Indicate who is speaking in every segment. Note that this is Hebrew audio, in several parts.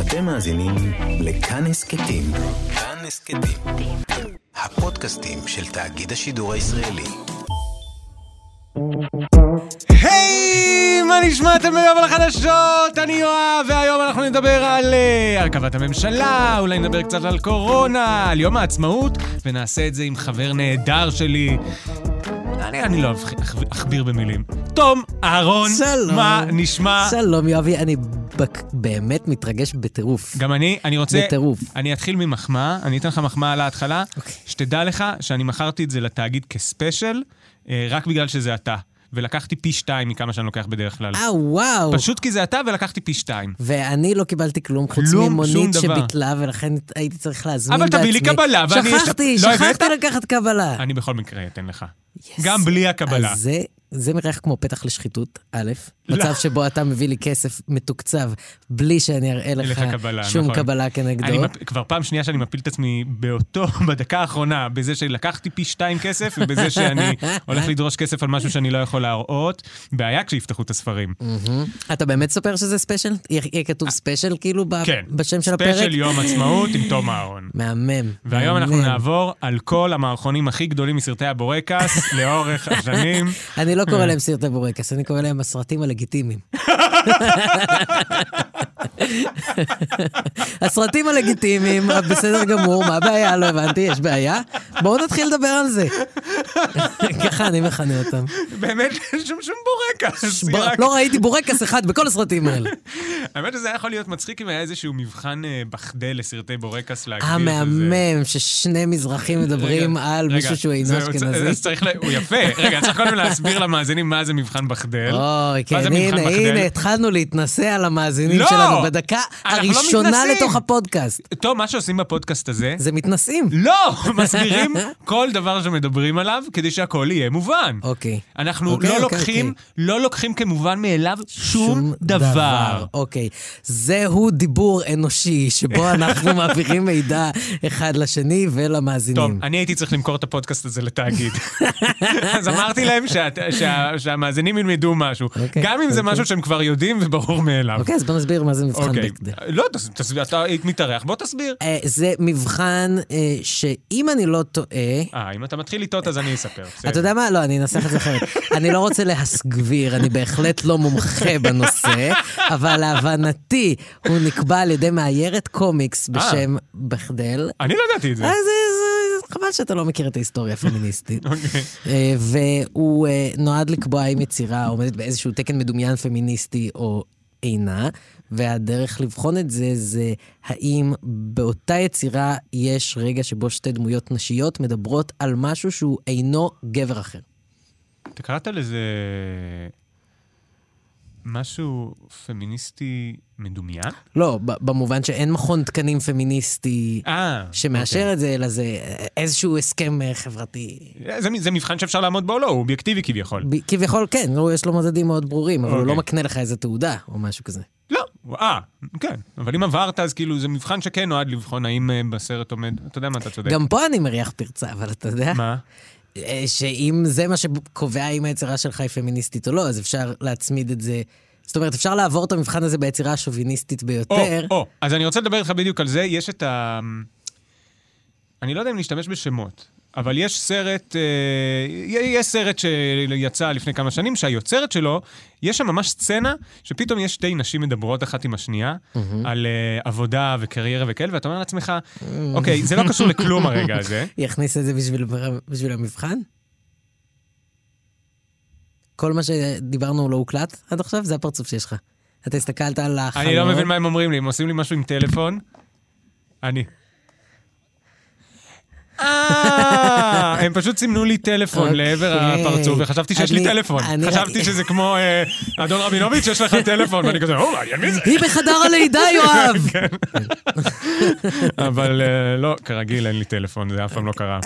Speaker 1: אתם מאזינים לכאן הסכתים. כאן הסכתים. הפודקאסטים של תאגיד השידור הישראלי.
Speaker 2: היי, מה נשמעתם היום על החדשות? אני יואב, והיום אנחנו נדבר על אה, הרכבת הממשלה, אולי נדבר קצת על קורונה, על יום העצמאות, ונעשה את זה עם חבר נהדר שלי. אני, אני לא אבח- אכב- אכביר במילים. תום אהרון,
Speaker 3: שלום.
Speaker 2: מה נשמע?
Speaker 3: שלום יואבי, אני בק... באמת מתרגש בטירוף.
Speaker 2: גם אני, אני רוצה...
Speaker 3: בטירוף.
Speaker 2: אני אתחיל ממחמאה, אני אתן לך מחמאה על ההתחלה.
Speaker 3: אוקיי.
Speaker 2: שתדע לך שאני מכרתי את זה לתאגיד כספיישל, אה, רק בגלל שזה אתה. ולקחתי פי שתיים מכמה שאני לוקח בדרך כלל.
Speaker 3: אה, וואו.
Speaker 2: פשוט כי זה אתה ולקחתי פי שתיים.
Speaker 3: ואני לא קיבלתי כלום, חוץ
Speaker 2: כלום, שום
Speaker 3: ממונית
Speaker 2: דבר.
Speaker 3: שביטלה, ולכן הייתי צריך להזמין
Speaker 2: אבל
Speaker 3: בעצמי.
Speaker 2: תביא לי קבלה, ואני-
Speaker 3: שכחתי,
Speaker 2: לא הבאת?
Speaker 3: שכחתי לקחת קבלה.
Speaker 2: אני בכל מקרה אתן לך.
Speaker 3: Yes.
Speaker 2: גם בלי הקבלה.
Speaker 3: אז זה, זה מריח כמו פתח לשחיתות, א',
Speaker 2: לא.
Speaker 3: מצב שבו אתה מביא לי כסף מתוקצב בלי שאני אראה
Speaker 2: אין
Speaker 3: לך
Speaker 2: לך קבלה,
Speaker 3: שום
Speaker 2: נכון.
Speaker 3: קבלה כנגדו.
Speaker 2: אני מפ... כבר פעם שנייה שאני מפיל את עצמי באותו, בדקה האחרונה, בזה שלקחתי פי שתיים כסף, ובזה שאני הולך לדרוש כסף על משהו שאני לא יכול להראות. בעיה כשיפתחו את הספרים.
Speaker 3: מהמם. אתה באמת סופר שזה ספיישל? יהיה יהיה כתוב ספיישל כאילו ב-
Speaker 2: אה, כן.
Speaker 3: בשם של הפרק?
Speaker 2: ספיישל יום עצמאות עם תום אהרון.
Speaker 3: מהמם.
Speaker 2: והיום אנחנו
Speaker 3: מהמם.
Speaker 2: נעבור על כל המערכונים הכי גדולים מסרטי הבורקס לאורך השנים.
Speaker 3: אני לא
Speaker 2: אה.
Speaker 3: קורא להם סרטי בורקס, אני קורא להם הסרטים הלגיטימיים. הסרטים הלגיטימיים, אה, בסדר גמור, מה הבעיה? לא הבנתי, יש בעיה? בואו נתחיל לדבר על זה. ככה אני מכנה אותם.
Speaker 2: באמת אין שם שום בורקס. היא רק-
Speaker 3: לא ראיתי בורקס אחד בכל הסרטים האלה.
Speaker 2: האמת שזה היה יכול להיות מצחיק אם היה איזשהו מבחן אה, בחדל לסרטי בורקס להגדיר
Speaker 3: אה,
Speaker 2: את זה.
Speaker 3: המהמם ששני מזרחים מדברים
Speaker 2: רגע,
Speaker 3: על
Speaker 2: רגע,
Speaker 3: מישהו שהוא אינו
Speaker 2: זהו, צ- אז
Speaker 3: אשכנזי.
Speaker 2: צריך, ל- הוא יפה. רגע, צריך קודם להסביר למאזינים מה זה מבחן בחדל.
Speaker 3: אוי,
Speaker 2: מה זה
Speaker 3: כן,
Speaker 2: מבחן
Speaker 3: הנה,
Speaker 2: בחדל?
Speaker 3: הנה, התחלנו להתנסה על המאזינים
Speaker 2: לא!
Speaker 3: שלנו בדקה
Speaker 2: אנחנו לא
Speaker 3: הראשונה
Speaker 2: מתנסים.
Speaker 3: לתוך הפודקאסט.
Speaker 2: טוב, מה שעושים בפודקאסט הזה,
Speaker 3: זה מתנסים.
Speaker 2: לא, מסבירים כל דבר שמדברים עליו כדי שהכל יהיה מובן.
Speaker 3: אוקיי.
Speaker 2: אנחנו
Speaker 3: אוקיי,
Speaker 2: לא
Speaker 3: אוקיי,
Speaker 2: לוקחים,
Speaker 3: אוקיי.
Speaker 2: לא לוקחים כמובן מאליו שום דבר.
Speaker 3: אוקיי. זהו דיבור אנושי, שבו אנחנו מעבירים מידע אחד לשני
Speaker 2: טוב,
Speaker 3: ולמאזינים.
Speaker 2: אני הייתי צריך למכור את הפודקאסט הזה לתאגיד. אז אמרתי להם שאת- שה- שהמאזינים ילמדו משהו.
Speaker 3: אוקיי,
Speaker 2: גם אם זה
Speaker 3: אוקיי.
Speaker 2: משהו שהם כבר יודעים וברור מאליו.
Speaker 3: אוקיי, אז בוא נסביר מה זה מבחן
Speaker 2: אוקיי.
Speaker 3: בקדל.
Speaker 2: לא, תס- תסביר, אתה מתארח, בוא תסביר.
Speaker 3: זה מבחן אה, שאם אני לא טועה...
Speaker 2: אה, אם אתה מתחיל לטעות אז אני אספר. בסדר.
Speaker 3: אתה יודע מה? לא, אני אנסח את זה אחרת. אני לא רוצה להסגביר, אני בהחלט לא מומחה בנושא, אבל להבנתי, הוא נקבע על ידי מאיירת קומיקס בשם בחדל.
Speaker 2: אני לא ידעתי את אה. זה.
Speaker 3: אה, זה- זה- זה- חבל שאתה לא מכיר את ההיסטוריה הפמיניסטית.
Speaker 2: אוקיי.
Speaker 3: אה, והוא אה, נועד לקבוע אם יצירה עומדת באיזשהו תקן מדומיין פמיניסטי או אינה, והדרך לבחון את זה זה האם באותה יצירה יש רגע שבו שתי דמויות נשיות מדברות על משהו שהוא אינו גבר אחר.
Speaker 2: אתה קראת לזה משהו פמיניסטי מדומיין?
Speaker 3: לא, ב- במובן שאין מכון תקנים פמיניסטי
Speaker 2: אה.
Speaker 3: שמאשר את זה, אלא זה אה, איזשהו הסכם אה, חברתי.
Speaker 2: אוקיי. זה, זה מבחן שאפשר לעמוד בו או לא, הוא אובייקטיבי כביכול.
Speaker 3: ב- כביכול כן, הוא- יש לו מדדים מאוד ברורים, אבל הוא
Speaker 2: אוקיי.
Speaker 3: לא מקנה לך איזה תעודה או משהו כזה.
Speaker 2: לא. אה, כן. אבל אם עברת, אז כאילו זה מבחן שכן נועד לבחון האם אה, בסרט עומד, אתה יודע מה, אתה צודק.
Speaker 3: גם פה אני מריח פרצה, אבל אתה יודע,
Speaker 2: מה?
Speaker 3: אה, שאם זה מה שקובע אם היצירה שלך היא פמיניסטית או לא, אז אפשר להצמיד את זה. זאת אומרת, אפשר לעבור את המבחן הזה ביצירה השוביניסטית
Speaker 2: או,
Speaker 3: ביותר.
Speaker 2: או, אז אני רוצה לדבר איתך בדיוק על זה. יש את ה... אני לא יודע אם להשתמש בשמות, אבל יש סרט, אה, יש סרט שיצא לפני כמה שנים, שהיוצרת שלו, יש שם ממש סצנה שפתאום יש שתי נשים מדברות אחת עם השנייה על אה, עבודה וקריירה וכאלה, ואתה אומר לעצמך, אוקיי, זה לא קשור לכלום הרגע הזה.
Speaker 3: יכניס את זה בשביל, בשביל המבחן? כל מה שדיברנו לא הוקלט עד עכשיו, זה הפרצוף שיש לך. אתה הסתכלת על החלום.
Speaker 2: אני לא מבין מה הם אומרים לי, הם עושים לי משהו עם טלפון. אני. אה, הם פשוט סימנו לי טלפון
Speaker 3: אוקיי.
Speaker 2: לעבר הפרצוף, וחשבתי שיש לי
Speaker 3: אני-
Speaker 2: טלפון.
Speaker 3: אני-
Speaker 2: חשבתי שזה כמו אה, אדון רבינוביץ', יש לך טלפון, ואני כזה, או, מעניין מי זה?
Speaker 3: היא בחדר הלידה, יואב!
Speaker 2: כן. אבל אה, לא, כרגיל אין לי טלפון, זה אף פעם לא קרה.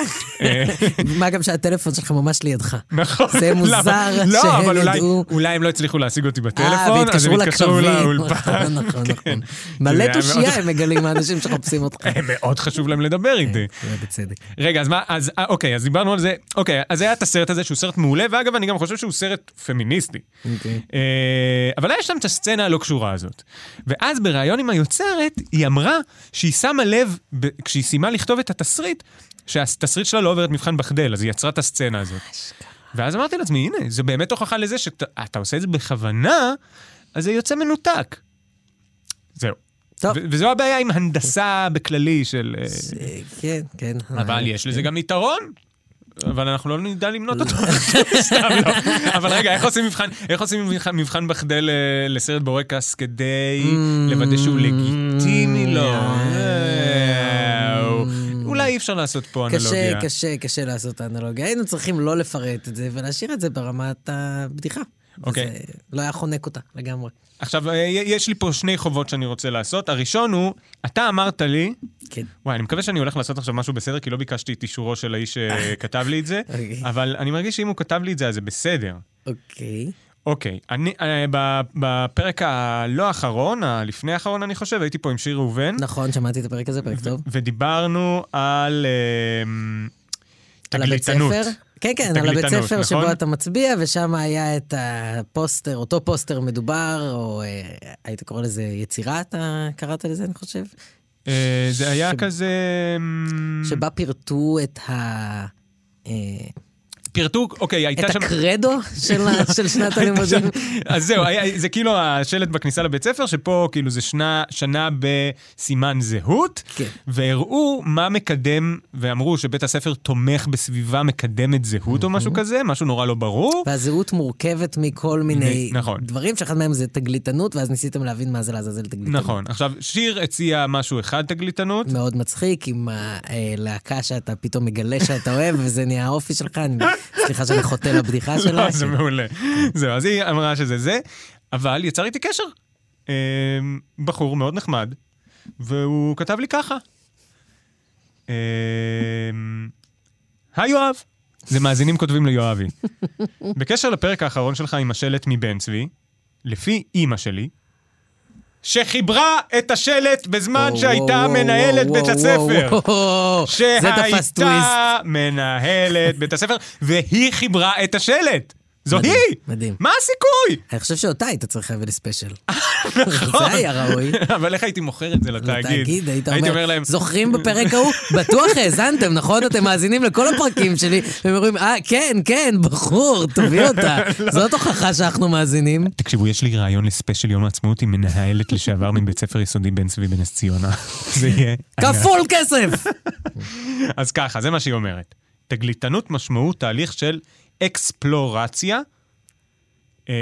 Speaker 2: אה,
Speaker 3: מה גם שהטלפון שלך ממש לידך.
Speaker 2: נכון.
Speaker 3: זה
Speaker 2: למה?
Speaker 3: מוזר שהם
Speaker 2: לא, אבל אולי-
Speaker 3: ידעו.
Speaker 2: אולי הם לא הצליחו להשיג אותי
Speaker 3: אה,
Speaker 2: בטלפון, אז הם התקשרו לאולפן.
Speaker 3: נכון, נכון,
Speaker 2: כן.
Speaker 3: נכון.
Speaker 2: זה היה
Speaker 3: מלא
Speaker 2: מאוד- כן.
Speaker 3: תושייה הם מגלים האנשים שמחפשים אותך.
Speaker 2: אה, מאוד חשוב להם לדבר איתי.
Speaker 3: זה בצדק.
Speaker 2: רגע, אז מה, אז אה, אוקיי, אז דיברנו על זה, אוקיי, אז היה את הסרט הזה שהוא סרט מעולה, ואגב, אני גם חושב שהוא סרט פמיניסטי.
Speaker 3: אוקיי.
Speaker 2: אה, אבל היה שם את הסצנה הלא קשורה הזאת. ואז בריאיון עם היוצרת, היא אמרה שהיא שמה לב, ב- כשהיא סיימה לכתוב את התסריט, שהתסריט שלה לא עובר את מבחן בחדל, אז היא יצרה את הסצנה הזאת. ואז אמרתי לעצמי, הנה, זה באמת הוכחה לזה שאתה עושה את זה בכוונה, אז זה יוצא מנותק. זהו.
Speaker 3: טוב.
Speaker 2: ו- וזו הבעיה עם הנדסה בכללי של... אה,
Speaker 3: אה, כן, כן.
Speaker 2: אבל יש לזה גם יתרון. אבל אנחנו לא נדע למנות אותו, סתם לא. אבל רגע, איך עושים מבחן, איך עושים מבחן- מבחן בחדל אה, לסרט בורקס כדי
Speaker 3: Mm,
Speaker 2: לוודא שהוא לגיטימי לו? אה, אולי אי אפשר לעשות פה אנלוגיה.
Speaker 3: קשה, קשה, קשה לעשות את האנלוגיה. היינו צריכים לא לפרט את זה ולהשאיר את זה ברמת הבדיחה.
Speaker 2: אוקיי.
Speaker 3: וזה לא היה חונק אותה לגמרי.
Speaker 2: עכשיו, אה, יש לי פה שני חובות שאני רוצה לעשות. הראשון הוא, אתה אמרת לי,
Speaker 3: כן.
Speaker 2: וואי, אני מקווה שאני הולך לעשות עכשיו משהו בסדר, כי לא ביקשתי את אישורו של האיש שכתב לי את זה,
Speaker 3: אוקיי.
Speaker 2: אבל אני מרגיש שאם הוא כתב לי את זה, אז זה בסדר.
Speaker 3: אוקיי.
Speaker 2: אוקיי, אני, אה, ב- בפרק הלא האחרון, הלפני האחרון אני חושב, הייתי פה עם שיר ראובן,
Speaker 3: נכון, שמעתי את הפרק הזה, פרק טוב.
Speaker 2: ודיברנו על אמ,
Speaker 3: על הבית
Speaker 2: תגליתנות.
Speaker 3: ספר. כן, כן, על הבית
Speaker 2: תגליתנות,
Speaker 3: ספר שבו
Speaker 2: נכון?
Speaker 3: אתה מצביע, ושם היה את הפוסטר, אותו פוסטר מדובר, או אה, היית קורא לזה יצירה, אתה קראת לזה, אני חושב?
Speaker 2: אה, זה היה
Speaker 3: שב-
Speaker 2: כזה... אמ,
Speaker 3: שבה פירטו את ה... אה,
Speaker 2: פירטו, אוקיי,
Speaker 3: את
Speaker 2: הייתה שם... כן,
Speaker 3: הקרדו של ה- של שנת הלימודים.
Speaker 2: אז זהו, היה- זה כאילו השלט בכניסה לבית ספר, שפה כאילו זה שנה, שנה בסימן זהות,
Speaker 3: כן.
Speaker 2: והראו מה מקדם, ואמרו שבית הספר תומך בסביבה מקדמת זהות או משהו כזה, משהו נורא לא ברור.
Speaker 3: והזהות מורכבת מכל מיני
Speaker 2: מ- נכון.
Speaker 3: דברים, שאחד מהם זה תגליתנות, ואז ניסיתם להבין מה זה לעזאזל תגליתנות.
Speaker 2: נכון. עכשיו, שיר הציע משהו אחד, תגליתנות.
Speaker 3: מאוד מצחיק עם הלהקה שאתה פתאום מגלה שאתה אוהב, וזה נהיה האופי שלך. אני- סליחה שאני חוטא לבדיחה שלה.
Speaker 2: לא, זה מעולה. זהו, אז היא אמרה שזה זה, אבל יצר איתי קשר. אה, בחור מאוד נחמד, והוא כתב לי ככה. אה, היי יואב. זה מאזינים כותבים ליואבי. בקשר לפרק האחרון שלך עם השלט מבן צבי, לפי אימא שלי, שחיברה את השלט בזמן
Speaker 3: וואו,
Speaker 2: שהייתה
Speaker 3: וואו,
Speaker 2: מנהלת
Speaker 3: וואו,
Speaker 2: בית
Speaker 3: וואו,
Speaker 2: הספר.
Speaker 3: וואו, זה תפס טוויסט.
Speaker 2: שהייתה מנהלת בית הספר, והיא חיברה את השלט. זו
Speaker 3: מדהים,
Speaker 2: היא!
Speaker 3: מדהים.
Speaker 2: מה הסיכוי?
Speaker 3: אני חושב שאותה היית צריך להביא לספיישל. נכון. זה היה ראוי.
Speaker 2: אבל איך הייתי מוכר את זה לתאגיד?
Speaker 3: לתאגיד, היית
Speaker 2: הייתי
Speaker 3: אומר,
Speaker 2: אומר להם,
Speaker 3: זוכרים בפרק ההוא? בטוח האזנתם, נכון? אתם מאזינים לכל הפרקים שלי, והם אומרים, אה, כן, כן, בחור, תביא אותה. זאת הוכחה שאנחנו מאזינים.
Speaker 2: תקשיבו, יש לי רעיון לספיישל יום העצמאות עם מנהלת לשעבר מבית ספר יסודי בן צבי בנס ציונה. זה יהיה...
Speaker 3: כפול כסף!
Speaker 2: אז ככה, זה מה שהיא אומרת. תגליתנות משמעות תהליך של אקספלורציה. אה,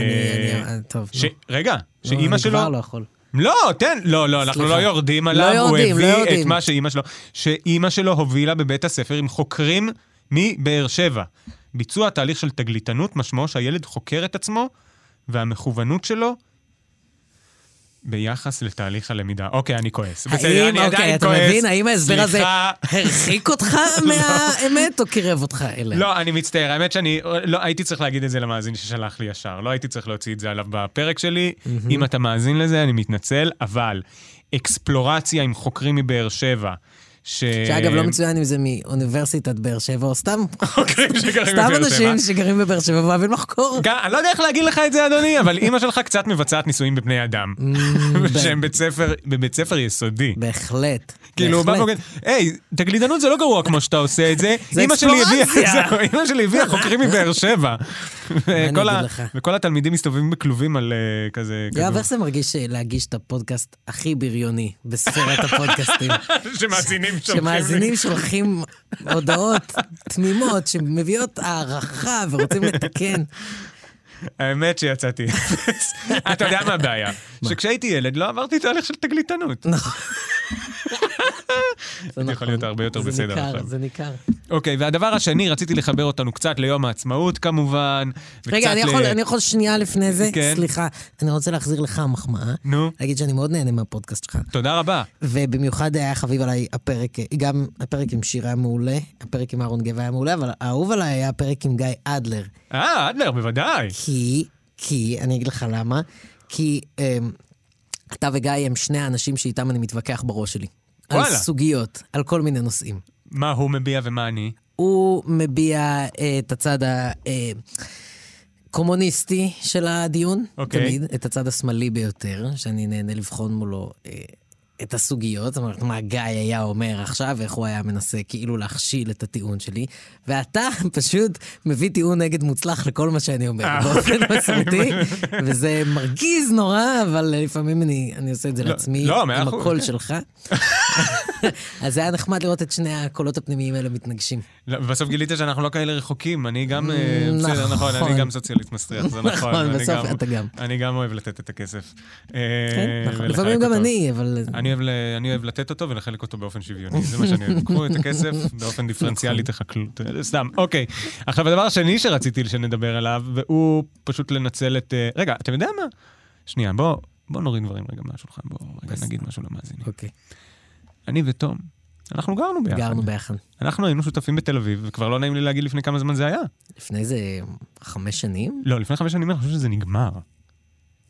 Speaker 3: אני- אני- טוב, נו.
Speaker 2: ש- רגע,
Speaker 3: לא,
Speaker 2: שאימא
Speaker 3: אני כבר
Speaker 2: שלו...
Speaker 3: לא יכול.
Speaker 2: לא, תן, לא, לא, אנחנו לא
Speaker 3: סליחה.
Speaker 2: יורדים
Speaker 3: לא
Speaker 2: עליו,
Speaker 3: יורדים,
Speaker 2: הוא
Speaker 3: לא
Speaker 2: הביא
Speaker 3: יורדים.
Speaker 2: את מה שאימא שלו, שאימא שלו הובילה בבית הספר עם חוקרים מבאר שבע. ביצוע תהליך של תגליתנות, משמעו שהילד חוקר את עצמו, והמכוונות שלו ביחס לתהליך הלמידה. אוקיי, אני כועס. בסדר,
Speaker 3: האם,
Speaker 2: אני
Speaker 3: אוקיי,
Speaker 2: עדיין
Speaker 3: אתה
Speaker 2: כועס.
Speaker 3: מבין? האם ההסבר הזה
Speaker 2: סליחה.
Speaker 3: הרחיק אותך מהאמת או קירב אותך אליה?
Speaker 2: לא, אני מצטער, האמת שאני, לא, הייתי צריך להגיד את זה למאזין ששלח לי ישר, לא הייתי צריך להוציא את זה עליו בפרק שלי. אם אתה מאזין לזה, אני מתנצל, אבל אקספלורציה עם חוקרים מבאר שבע, ש...
Speaker 3: שאגב, לא מצוין אם זה מאוניברסיטת באר שבע, או סתם
Speaker 2: חוקרים שגרים
Speaker 3: סתם
Speaker 2: בבאר שבע.
Speaker 3: אנשים שגרים בבאר שבע ואוהבים לחקור.
Speaker 2: גם, אני לא יודע איך להגיד לך את זה, אדוני, אבל אימא שלך קצת מבצעת ניסויים בבני אדם. שהם בית ספר, בבית ספר יסודי.
Speaker 3: בהחלט.
Speaker 2: כאילו, הוא בא
Speaker 3: בהחלט.
Speaker 2: ואומר, היי, תגלידנות זה לא גרוע כמו שאתה עושה את זה.
Speaker 3: זה
Speaker 2: אמא שלי הביאה-
Speaker 3: אקספלורציה.
Speaker 2: זהו, אמא שלי הביאה חוקרים מבאר שבע. וכל
Speaker 3: אגיד
Speaker 2: ה-
Speaker 3: לך?
Speaker 2: וכל התלמידים מסתובבים בכלובים על אה, כזה...
Speaker 3: יואב,
Speaker 2: כדור.
Speaker 3: איך זה מרגיש אה, להגיש את הפודקאסט הכי בריוני בספירת הפודקאסטים?
Speaker 2: שמאזינים שולחים לי.
Speaker 3: שמאזינים שולחים הודעות תמימות שמביאות הערכה ורוצים לתקן.
Speaker 2: האמת שיצאתי. אפס. אתה יודע מה הבעיה? שכשהייתי ילד לא עברתי תהליך של תגליתנות.
Speaker 3: זה
Speaker 2: יכול להיות הרבה יותר בסדר
Speaker 3: נכון. זה ניכר,
Speaker 2: עכשיו.
Speaker 3: זה ניכר.
Speaker 2: אוקיי, והדבר השני, רציתי לחבר אותנו קצת ליום העצמאות כמובן. וקצת
Speaker 3: רגע, אני יכול-
Speaker 2: ל-
Speaker 3: אני יכול שנייה לפני זה?
Speaker 2: כן.
Speaker 3: סליחה, אני רוצה להחזיר לך מחמאה.
Speaker 2: נו.
Speaker 3: להגיד שאני מאוד נהנה מהפודקאסט שלך.
Speaker 2: תודה רבה.
Speaker 3: ובמיוחד היה חביב עליי הפרק, אה, גם הפרק עם שיר היה מעולה, הפרק עם אהרון גבע היה מעולה, אבל האהוב עליי היה הפרק עם גיא אדלר.
Speaker 2: אה, אדלר, בוודאי.
Speaker 3: כי, כי, אני אגיד לך למה, כי אמ, אתה וגיא הם שני האנשים שאיתם אני מתווכח בראש שלי. על
Speaker 2: וואלה.
Speaker 3: סוגיות, על כל מיני נושאים.
Speaker 2: מה הוא מביע ומה אני?
Speaker 3: הוא מביע אה, את הצד הקומוניסטי של הדיון,
Speaker 2: אוקיי.
Speaker 3: תמיד, את הצד השמאלי ביותר, שאני נהנה לבחון מולו אה, את הסוגיות, זאת אומרת, מה גיא היה אומר עכשיו, ואיך הוא היה מנסה כאילו להכשיל את הטיעון שלי, ואתה פשוט מביא טיעון נגד מוצלח לכל מה שאני אומר,
Speaker 2: אה,
Speaker 3: באופן
Speaker 2: אוקיי.
Speaker 3: מסורתי, וזה מרגיז נורא, אבל אה, לפעמים אני, אני עושה את זה
Speaker 2: לא,
Speaker 3: לעצמי,
Speaker 2: לא,
Speaker 3: עם
Speaker 2: מאה אחוז.
Speaker 3: הקול שלך. אז זה היה נחמד לראות את שני הקולות הפנימיים האלה מתנגשים.
Speaker 2: לא, ובסוף גילית שאנחנו לא כאלה רחוקים, אני גם... אה,
Speaker 3: Mm,
Speaker 2: בסדר, נכון,
Speaker 3: נכון.
Speaker 2: אני גם סוציאליסט מסריח, זה נכון.
Speaker 3: נכון,
Speaker 2: אני
Speaker 3: בסוף אתה גם.
Speaker 2: אני גם אוהב לתת את הכסף. אה,
Speaker 3: כן, נכון.
Speaker 2: ולחלק
Speaker 3: לפעמים גם
Speaker 2: אותו.
Speaker 3: אני, אבל...
Speaker 2: אני אוהב, ל- אני אוהב לתת אותו ולחלק אותו באופן שוויוני, זה מה שאני אוהב. קחו את הכסף באופן דיפרנציאלי,
Speaker 3: נכון.
Speaker 2: תחכלו, ת- סתם, אוקיי. עכשיו, הדבר השני שרציתי שנדבר עליו, והוא פשוט לנצל את... אה, רגע, אתה יודע מה? שנייה, בוא, בוא נוריד דברים רגע מהשולחן, בוא רגע
Speaker 3: בסדר.
Speaker 2: נגיד משהו למאזינים.
Speaker 3: אוקיי,
Speaker 2: אני ותום, אנחנו גרנו ביחד.
Speaker 3: גרנו ביחד.
Speaker 2: אנחנו היינו שותפים בתל אביב, וכבר לא נעים לי להגיד לפני כמה זמן זה היה.
Speaker 3: לפני איזה חמש שנים?
Speaker 2: לא, לפני חמש שנים אני חושב שזה נגמר.
Speaker 3: Mm.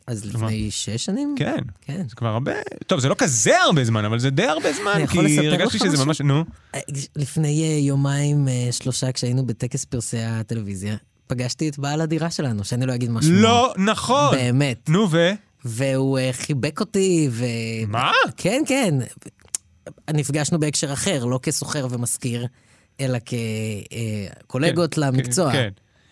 Speaker 3: אז
Speaker 2: כלומר-
Speaker 3: לפני שש שנים?
Speaker 2: כן,
Speaker 3: כן.
Speaker 2: זה כבר הרבה... טוב, זה לא כזה הרבה זמן, אבל זה די הרבה זמן,
Speaker 3: אני יכול
Speaker 2: כי
Speaker 3: לספר
Speaker 2: הרגשתי
Speaker 3: לך
Speaker 2: שזה
Speaker 3: משהו?
Speaker 2: ממש... נו,
Speaker 3: אה, לפני אה, יומיים, אה, שלושה, כשהיינו בטקס פרסי הטלוויזיה, פגשתי את בעל הדירה שלנו, שאני לא אגיד משהו.
Speaker 2: לא נכון.
Speaker 3: באמת.
Speaker 2: נו, ו...
Speaker 3: והוא אה, חיבק אותי, ו...
Speaker 2: מה?
Speaker 3: כן, כן. נפגשנו בהקשר אחר, לא כסוחר ומשכיר, אלא כקולגות
Speaker 2: כן,
Speaker 3: למקצוע.
Speaker 2: כן.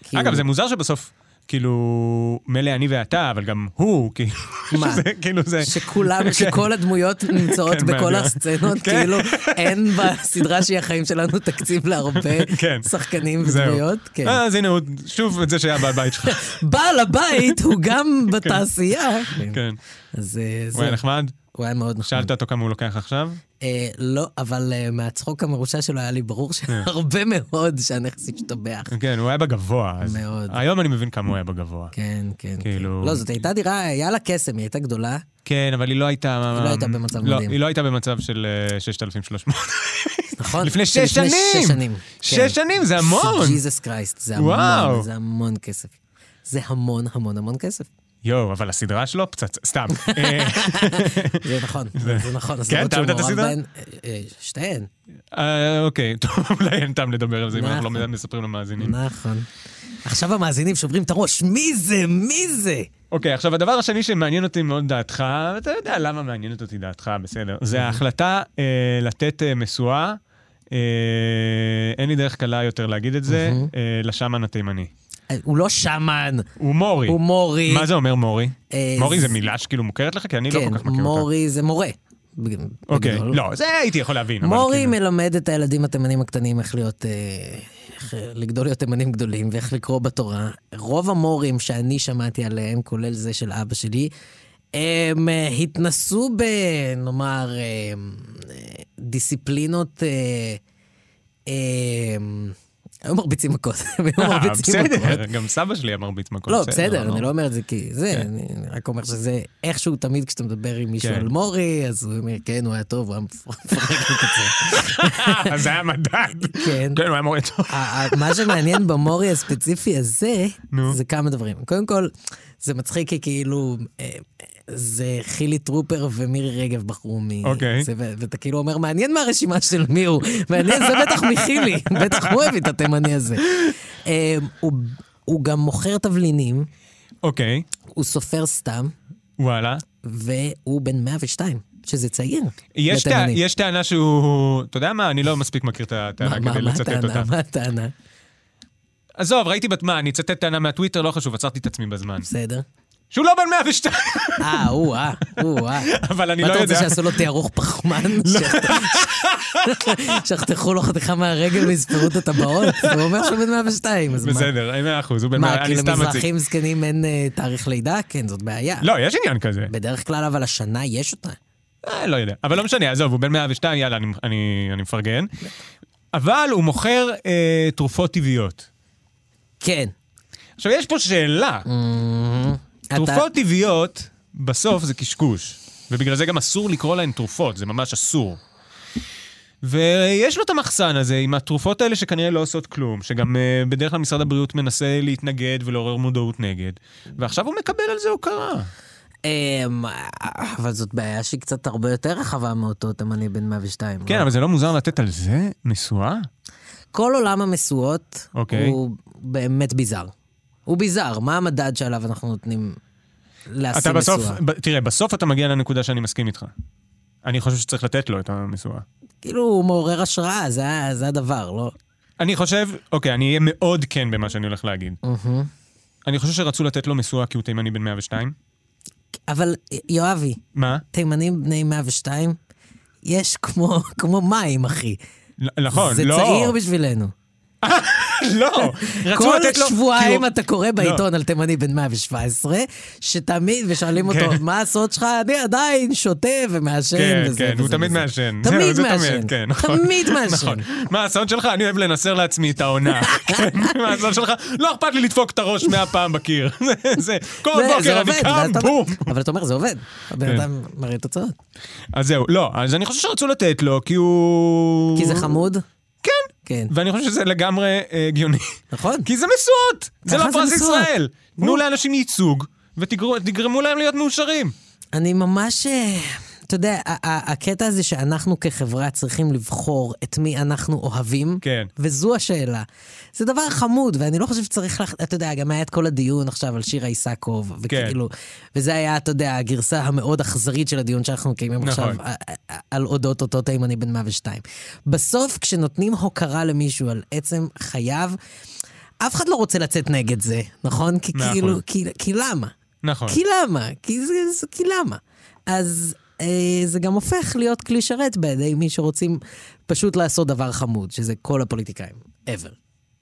Speaker 3: כאילו-
Speaker 2: אגב, זה מוזר שבסוף, כאילו, מילא אני ואתה, אבל גם הוא, כאילו,
Speaker 3: מה?
Speaker 2: שזה, כאילו זה...
Speaker 3: שכולם, שכל הדמויות נמצאות
Speaker 2: כן,
Speaker 3: בכל
Speaker 2: מעניין.
Speaker 3: הסצנות,
Speaker 2: כן.
Speaker 3: כאילו אין בסדרה שהיא החיים שלנו תקציב להרבה
Speaker 2: כן.
Speaker 3: שחקנים
Speaker 2: זהו.
Speaker 3: ודמויות. כן.
Speaker 2: אה, אז הנה הוא, שוב את זה שהיה בעל בית שלך.
Speaker 3: בעל הבית הוא גם בתעשייה.
Speaker 2: כן.
Speaker 3: אז אה,
Speaker 2: הוא
Speaker 3: זה,
Speaker 2: היה נחמד?
Speaker 3: הוא היה מאוד נחמד.
Speaker 2: שאלת אותו כמה הוא לוקח עכשיו?
Speaker 3: אה, לא, אבל אה, מהצחוק המרושע שלו היה לי
Speaker 2: אה.
Speaker 3: ברור שהרבה מאוד שהנכס השתבח.
Speaker 2: כן, הוא היה בגבוה. אז.
Speaker 3: מאוד.
Speaker 2: היום אני מבין כמה הוא היה בגבוה.
Speaker 3: כן, כן.
Speaker 2: כאילו-
Speaker 3: כן. לא, זאת הייתה דירה, היה לה קסם, היא הייתה גדולה.
Speaker 2: כן, אבל היא לא הייתה...
Speaker 3: היא לא הייתה במצב
Speaker 2: לא,
Speaker 3: מדהים.
Speaker 2: היא לא הייתה במצב של אה, 6,300.
Speaker 3: נכון?
Speaker 2: לפני שש
Speaker 3: שלפני
Speaker 2: שנים.
Speaker 3: שש שנים. כן.
Speaker 2: שש שנים, זה המון.
Speaker 3: ג'יזוס קרייסט, זה
Speaker 2: וואו.
Speaker 3: המון, זה המון כסף. זה המון המון המון כסף.
Speaker 2: יואו, אבל הסדרה שלו פצצה, סתם. אה,
Speaker 3: זה נכון, זה נכון.
Speaker 2: כן,
Speaker 3: הסדרות
Speaker 2: אתה אוהב את
Speaker 3: שהוא מעורב
Speaker 2: הסדרה?
Speaker 3: בהן, אה, אה, שתיהן,
Speaker 2: אה, אוקיי, טוב, אולי אין טעם לדבר על זה אם אנחנו לא
Speaker 3: נכון.
Speaker 2: מספרים למאזינים.
Speaker 3: נכון. עכשיו המאזינים שוברים את הראש, מי זה? מי זה?
Speaker 2: אוקיי, עכשיו הדבר השני שמעניין אותי מאוד דעתך, ואתה יודע למה מעניינת אותי דעתך, בסדר, זה ההחלטה אה, לתת אה, משואה, אה, אין לי דרך קלה יותר להגיד את זה, אה, לשאמן התימני.
Speaker 3: אה, הוא לא שמן,
Speaker 2: הוא מורי.
Speaker 3: הוא מורי.
Speaker 2: אוקיי. מה זה אומר מורי?
Speaker 3: אה,
Speaker 2: מורי זה
Speaker 3: זה-
Speaker 2: מילה שכאילו מוכרת לך? כי אני לא
Speaker 3: כן,
Speaker 2: כל כך מכיר אותה.
Speaker 3: מורי זה מורה. בג-
Speaker 2: אוקיי,
Speaker 3: בגדול.
Speaker 2: לא, זה הייתי יכול להבין. אבל
Speaker 3: מורי
Speaker 2: כאילו-
Speaker 3: מלמד את הילדים התימנים הקטנים איך להיות, אה, איך אה, לגדול להיות תימנים גדולים ואיך לקרוא בתורה. רוב המורים שאני שמעתי עליהם, כולל זה של אבא שלי, הם אה, התנסו ב... נאמר, אה, אה, דיסציפלינות... אה, אה, היו מרביצים מכות, הם היו
Speaker 2: אה,
Speaker 3: מרביצים מכות.
Speaker 2: בסדר, גם סבא שלי היה מרביץ מכות.
Speaker 3: לא, בסדר, אני
Speaker 2: נו.
Speaker 3: לא אומר את זה כי זה, אני אני רק אומר שזה איכשהו תמיד כשאתה מדבר עם מישהו
Speaker 2: כן.
Speaker 3: על מורי, אז הוא אומר, כן, הוא היה טוב, הוא היה מפרק את זה.
Speaker 2: אז אה, זה היה מדד.
Speaker 3: כן.
Speaker 2: כן, הוא היה מורה טוב.
Speaker 3: ה- ה- מה שמעניין במורי הספציפי הזה,
Speaker 2: נו.
Speaker 3: זה כמה דברים. קודם כל, זה מצחיק כי כאילו, אה, זה חילי טרופר ומירי רגב בחרו מ...
Speaker 2: אוקיי.
Speaker 3: זה, ו- ואתה כאילו אומר, מעניין מה הרשימה של מי הוא. מעניין, זה בטח מחילי, בטח הוא הביא את התימני הזה. אה, הוא- הוא גם מוכר תבלינים,
Speaker 2: אוקיי,
Speaker 3: הוא סופר סתם,
Speaker 2: וואלה.
Speaker 3: והוא בן 102, שזה צעיר.
Speaker 2: יש, טע...
Speaker 3: לתימני.
Speaker 2: יש טענה שהוא... אתה יודע מה? אני לא מספיק מכיר את הטענה
Speaker 3: מה- מה
Speaker 2: כדי
Speaker 3: מה
Speaker 2: לצטט אותה.
Speaker 3: הטענה? מה הטענה?
Speaker 2: עזוב, ראיתי בת... מה, אני אצטט טענה מהטוויטר, לא חשוב, עצרתי את עצמי בזמן.
Speaker 3: בסדר.
Speaker 2: שהוא לא בן 102,
Speaker 3: אה, או אה, או אה.
Speaker 2: אבל אני
Speaker 3: מה
Speaker 2: לא
Speaker 3: אתה רוצה
Speaker 2: יודע. לא.
Speaker 3: שיעשו לו תיארוך פחמן? שיחת- שיחתכו לו חתיכה מהרגל ויספרו את הטבעות? הוא אומר שהוא בן 102, אז מה?
Speaker 2: בסדר, אין מאה אחוז, הוא בן...
Speaker 3: מה, כאילו
Speaker 2: מה,
Speaker 3: כי
Speaker 2: אני סתם מציג.
Speaker 3: למזרחים זקנים אין אה, תאריך לידה? כן, זאת בעיה.
Speaker 2: לא, יש עניין כזה.
Speaker 3: בדרך כלל, אבל השנה יש אותה.
Speaker 2: אה, לא יודע. אבל לא משנה, עזוב, הוא בן 102, יאללה, אני, אני, אני מפרגן. אבל הוא מוכר אה, תרופות טבעיות.
Speaker 3: כן.
Speaker 2: עכשיו, יש פה שאלה.
Speaker 3: אתה-
Speaker 2: תרופות טבעיות, בסוף זה קשקוש. ובגלל זה גם אסור לקרוא להן תרופות, זה ממש אסור. ויש לו את המחסן הזה עם התרופות האלה שכנראה לא עושות כלום, שגם אה, בדרך כלל משרד הבריאות מנסה להתנגד ולעורר מודעות נגד, ועכשיו הוא מקבל על זה הוקרה.
Speaker 3: אמ, אבל זאת בעיה שהיא קצת הרבה יותר רחבה מאותו תימני בן 102.
Speaker 2: כן,
Speaker 3: לא?
Speaker 2: אבל זה לא מוזר לתת על זה משואה?
Speaker 3: כל עולם המשואות
Speaker 2: אוקיי.
Speaker 3: הוא באמת ביזאר. הוא ביזאר, מה המדד שעליו אנחנו נותנים
Speaker 2: אתה
Speaker 3: להשיא
Speaker 2: בסוף,
Speaker 3: משואה?
Speaker 2: ב- תראה, בסוף אתה מגיע לנקודה שאני מסכים איתך. אני חושב שצריך לתת לו את המשואה.
Speaker 3: כאילו, הוא מעורר השראה, זה, ה- זה הדבר, לא?
Speaker 2: אני חושב, אוקיי, אני אהיה מאוד כן במה שאני הולך להגיד. אני חושב שרצו לתת לו משואה כי הוא תימני בן 102.
Speaker 3: אבל יואבי,
Speaker 2: מה?
Speaker 3: תימנים בני 102, יש כמו, כמו מים, אחי.
Speaker 2: לא- נכון,
Speaker 3: זה
Speaker 2: לא.
Speaker 3: צעיר בשבילנו.
Speaker 2: לא, רצו
Speaker 3: כל
Speaker 2: לתת לו...
Speaker 3: שבועיים
Speaker 2: כאילו-
Speaker 3: אתה קורא בעיתון על תימני בן 117, שתמיד, ושואלים אותו,
Speaker 2: כן.
Speaker 3: מה הסוד שלך? אני עדיין שותה ומעשן
Speaker 2: כן,
Speaker 3: וזה
Speaker 2: כן,
Speaker 3: וזה
Speaker 2: הוא תמיד
Speaker 3: וזה."
Speaker 2: מעשן. זהו,
Speaker 3: תמיד
Speaker 2: זה
Speaker 3: מעשן.
Speaker 2: כן, נכון.
Speaker 3: תמיד מעשן.
Speaker 2: נכון. מה הסאונד שלך? אני אוהב לנסר לעצמי את העונה. כן, מה הסאונד שלך? לא אכפת לי לדפוק את הראש מאה פעם בקיר. זה- זה, כל
Speaker 3: זה- זה
Speaker 2: בוקר אני
Speaker 3: עובד, ואז
Speaker 2: קם,
Speaker 3: אתה-
Speaker 2: בום.
Speaker 3: אבל אתה אומר, זה עובד. הבן
Speaker 2: כן.
Speaker 3: אדם מראה תוצאות.
Speaker 2: אז זהו, לא, אז אני חושב שרצו לתת לו, כי הוא...
Speaker 3: כי זה חמוד?
Speaker 2: כן.
Speaker 3: כן.
Speaker 2: ואני חושב שזה לגמרי אה, הגיוני.
Speaker 3: נכון.
Speaker 2: כי זה משואות! זה לא
Speaker 3: ככה זה
Speaker 2: פרס
Speaker 3: משואות.
Speaker 2: ישראל! תנו לאנשים ייצוג, ותגרמו להם להיות מאושרים.
Speaker 3: אני ממש... אה, אתה יודע, ה- ה- הקטע הזה שאנחנו כחברה צריכים לבחור את מי אנחנו אוהבים,
Speaker 2: כן.
Speaker 3: וזו השאלה. זה דבר חמוד, ואני לא חושב שצריך לך, אתה יודע, גם היה את כל הדיון עכשיו על שירה איסקוב,
Speaker 2: כן.
Speaker 3: וכאילו, וזה היה, אתה יודע, הגרסה המאוד אכזרית של הדיון שאנחנו מקיימים
Speaker 2: נכון.
Speaker 3: עכשיו, א- א- א- על אודות אותו תימני בן 102. בסוף, כשנותנים הוקרה למישהו על עצם חייו, אף אחד לא רוצה לצאת נגד זה, נכון? כי
Speaker 2: מאה
Speaker 3: כאילו,
Speaker 2: אחוז.
Speaker 3: כי, כי למה?
Speaker 2: נכון.
Speaker 3: כי למה? כי, זה, זה, כי למה? אז אה, זה גם הופך להיות כלי שרת בידי מי שרוצים פשוט לעשות דבר חמוד, שזה כל הפוליטיקאים, ever.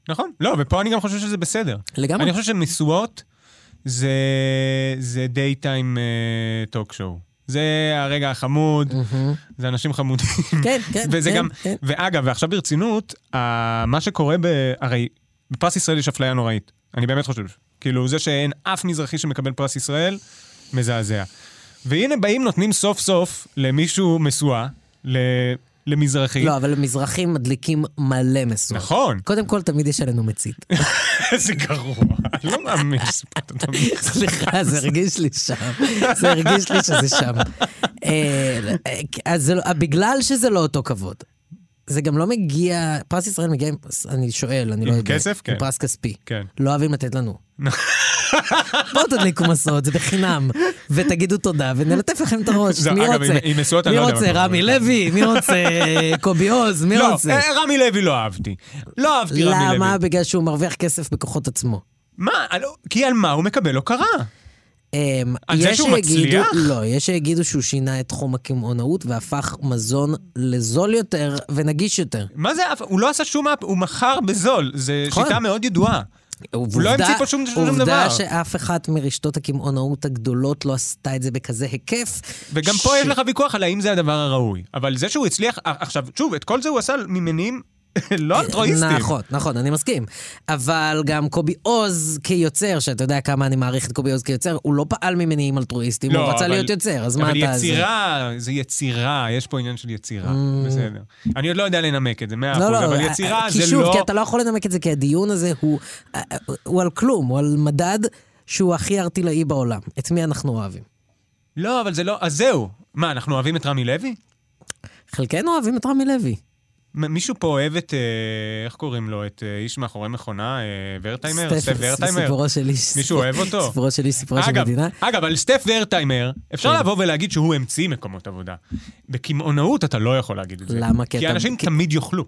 Speaker 2: נכון. לא, ופה אני גם חושב שזה בסדר.
Speaker 3: לגמרי.
Speaker 2: אני חושב שמשואות זה, זה דייטיים טוק שואו. זה הרגע החמוד, זה אנשים חמודים.
Speaker 3: כן, כן,
Speaker 2: וזה
Speaker 3: כן,
Speaker 2: גם,
Speaker 3: כן.
Speaker 2: ואגב, ועכשיו ברצינות, ה- מה שקורה, ב, הרי בפרס ישראל יש אפליה נוראית. אני באמת חושב. כאילו, זה שאין אף מזרחי שמקבל פרס ישראל, מזעזע. והנה באים, נותנים סוף סוף למישהו משואה, ל- למזרחי.
Speaker 3: לא, אבל המזרחים מדליקים מלא משואות.
Speaker 2: נכון.
Speaker 3: קודם כל, תמיד יש עלינו מצית.
Speaker 2: איזה גרוע, אני לא מאמין שפה אתה מדבר.
Speaker 3: סליחה, זה הרגיש לי שם. זה הרגיש לי שזה שם. אה, אז זה לא- בגלל שזה לא אותו כבוד. זה גם לא מגיע, פרס ישראל מגיע, עם- אני שואל, אני לא
Speaker 2: עם
Speaker 3: יודע.
Speaker 2: כסף? כן.
Speaker 3: עם פרס כספי.
Speaker 2: כן.
Speaker 3: לא אוהבים לתת לנו. בואו תדליקו מסעות, זה בחינם. ותגידו תודה, ונלטף לכם את הראש.
Speaker 2: זהו,
Speaker 3: מי
Speaker 2: אגב,
Speaker 3: רוצה?
Speaker 2: עם- עם מסעות אני
Speaker 3: מי
Speaker 2: לא יודע
Speaker 3: רוצה?
Speaker 2: מה
Speaker 3: רמי
Speaker 2: קורה.
Speaker 3: לוי? מי רוצה? אה, קובי עוז? מי
Speaker 2: לא,
Speaker 3: רוצה?
Speaker 2: אה, רמי לוי לא אהבתי. לא אהבתי רמי לוי.
Speaker 3: למה? בגלל שהוא מרוויח כסף בכוחות עצמו.
Speaker 2: מה? על- כי על מה הוא מקבל הוקרה?
Speaker 3: אמ,
Speaker 2: על זה
Speaker 3: יש
Speaker 2: שהוא
Speaker 3: שיגידו-
Speaker 2: מצליח?
Speaker 3: לא, יש שיגידו שהוא שינה את תחום הקמעונאות והפך מזון לזול יותר ונגיש יותר.
Speaker 2: מה זה, אף- הוא לא עשה שום אפ, הוא מכר בזול, זו
Speaker 3: נכון.
Speaker 2: שיטה מאוד ידועה. הוא לא
Speaker 3: עובדה-
Speaker 2: המציא פה שום שום דבר.
Speaker 3: עובדה שאף אחת מרשתות הקמעונאות הגדולות לא עשתה את זה בכזה היקף.
Speaker 2: וגם פה יש לך ויכוח על האם זה הדבר הראוי. אבל זה שהוא הצליח, אה, עכשיו, שוב, את כל זה הוא עשה ממניעים לא אלטרואיסטים.
Speaker 3: נכון, נכון, אני מסכים. אבל גם קובי עוז כיוצר, שאתה יודע כמה אני מעריך את קובי עוז כיוצר, הוא לא פעל ממניעים אלטרואיסטים, הוא רצה
Speaker 2: לא, אבל-
Speaker 3: להיות יוצר, אז מה
Speaker 2: אבל
Speaker 3: אתה...
Speaker 2: יצירה, זה יצירה, יש פה עניין של יצירה, בסדר. אני עוד לא יודע לנמק את זה, מאה אחוז,
Speaker 3: Mm. לא, לא,
Speaker 2: אבל
Speaker 3: אה,
Speaker 2: יצירה
Speaker 3: אה,
Speaker 2: זה
Speaker 3: כי
Speaker 2: לא...
Speaker 3: שוב, כי אתה לא יכול לנמק את זה, כי הדיון הזה הוא, אה, אה, הוא על כלום, הוא על מדד שהוא הכי ערטילאי בעולם. את מי אנחנו אוהבים?
Speaker 2: לא, אבל זה לא... אז זהו. מה, אנחנו אוהבים את רמי לוי?
Speaker 3: חלקנו אוהבים את רמי לוי.
Speaker 2: מ- מישהו פה אוהב את... אה, איך קוראים לו? את אה, איש מאחורי מכונה? אה, ורטהיימר?
Speaker 3: סטף-
Speaker 2: סטף ורטהיימר?
Speaker 3: סיפורו של איש.
Speaker 2: מישהו אוהב אותו?
Speaker 3: סיפורו של איש, סיפורה של
Speaker 2: אגב,
Speaker 3: מדינה.
Speaker 2: אגב, על סטף ורטהיימר, אפשר
Speaker 3: כן.
Speaker 2: לבוא ולהגיד שהוא המציא מקומות עבודה. בקמעונאות אתה לא יכול להגיד את זה.
Speaker 3: למה? כי
Speaker 2: כי
Speaker 3: אתה-
Speaker 2: אנשים
Speaker 3: כי-
Speaker 2: תמיד יאכלו.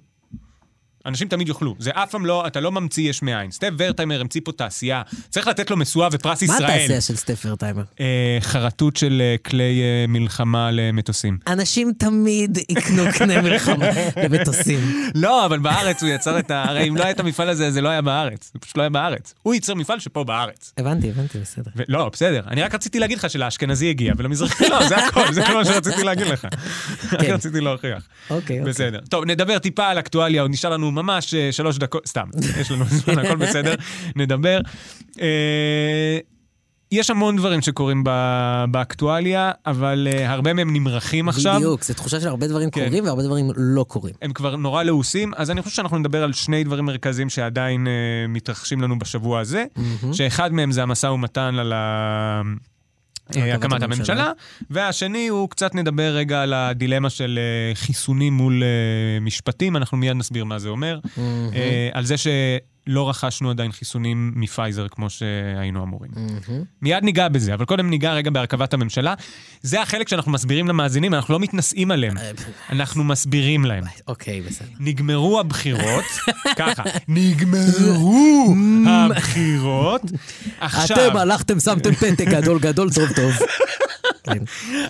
Speaker 2: אנשים תמיד יאכלו. זה אף פעם לא, אתה לא ממציא יש מאין. סטף ורטהיימר המציא פה תעשייה. צריך לתת לו משואה ופרס
Speaker 3: מה
Speaker 2: ישראל.
Speaker 3: התעשייה של סטף ורטהיימר?
Speaker 2: אה, חרטוט של אה, כלי אה, מלחמה למטוסים.
Speaker 3: אנשים תמיד יקנו קנה מלחמה במטוסים.
Speaker 2: לא, אבל בארץ הוא יצר את ה... הרי אם לא היה את המפעל הזה, זה לא היה בארץ. זה פשוט לא היה בארץ. הוא ייצר מפעל שפה בארץ.
Speaker 3: הבנתי, הבנתי, בסדר.
Speaker 2: ו- לא, בסדר. אני רק רציתי להגיד לך שלאשכנזי הגיע, ולמזרחי לא, זה הכל, זה כל מה שרציתי להגיד לך. רק
Speaker 3: כן.
Speaker 2: רציתי להוכיח.
Speaker 3: אוקיי, אוקיי.
Speaker 2: בסדר. טוב, נדבר טיפה על אקטואליה, עוד נשאר לנו ממש אה, שלוש דקות, סתם, יש לנו זמן, הכל בסדר, נדבר. אה, יש המון דברים שקורים ב- באקטואליה, אבל אה, הרבה מהם נמרחים עכשיו.
Speaker 3: בדיוק, זו תחושה שהרבה דברים
Speaker 2: כן.
Speaker 3: קורים והרבה דברים לא קורים.
Speaker 2: הם כבר נורא לעוסים, אז אני חושב שאנחנו נדבר על שני דברים מרכזיים שעדיין אה, Mm-hmm. מתרחשים לנו בשבוע הזה, שאחד מהם זה המשא ומתן על ה... אה, הקמת הממשלה, והשני הוא קצת נדבר רגע על הדילמה של אה, חיסונים מול אה, משפטים, אנחנו מיד נסביר מה זה אומר,
Speaker 3: מהמם.
Speaker 2: אה, על זה שלא רכשנו עדיין חיסונים מפייזר כמו שהיינו אמורים.
Speaker 3: מהמם.
Speaker 2: מיד ניגע בזה, אבל קודם ניגע רגע בהרכבת הממשלה. זה החלק שאנחנו מסבירים למאזינים, אנחנו לא מתנשאים עליהם, אנחנו מסבירים להם.
Speaker 3: אוקיי, בסדר.
Speaker 2: נגמרו הבחירות, ככה, נגמרו הבחירות. עכשיו,
Speaker 3: אתם הלכתם, שמתם פתק גדול גדול, טוב טוב. כן.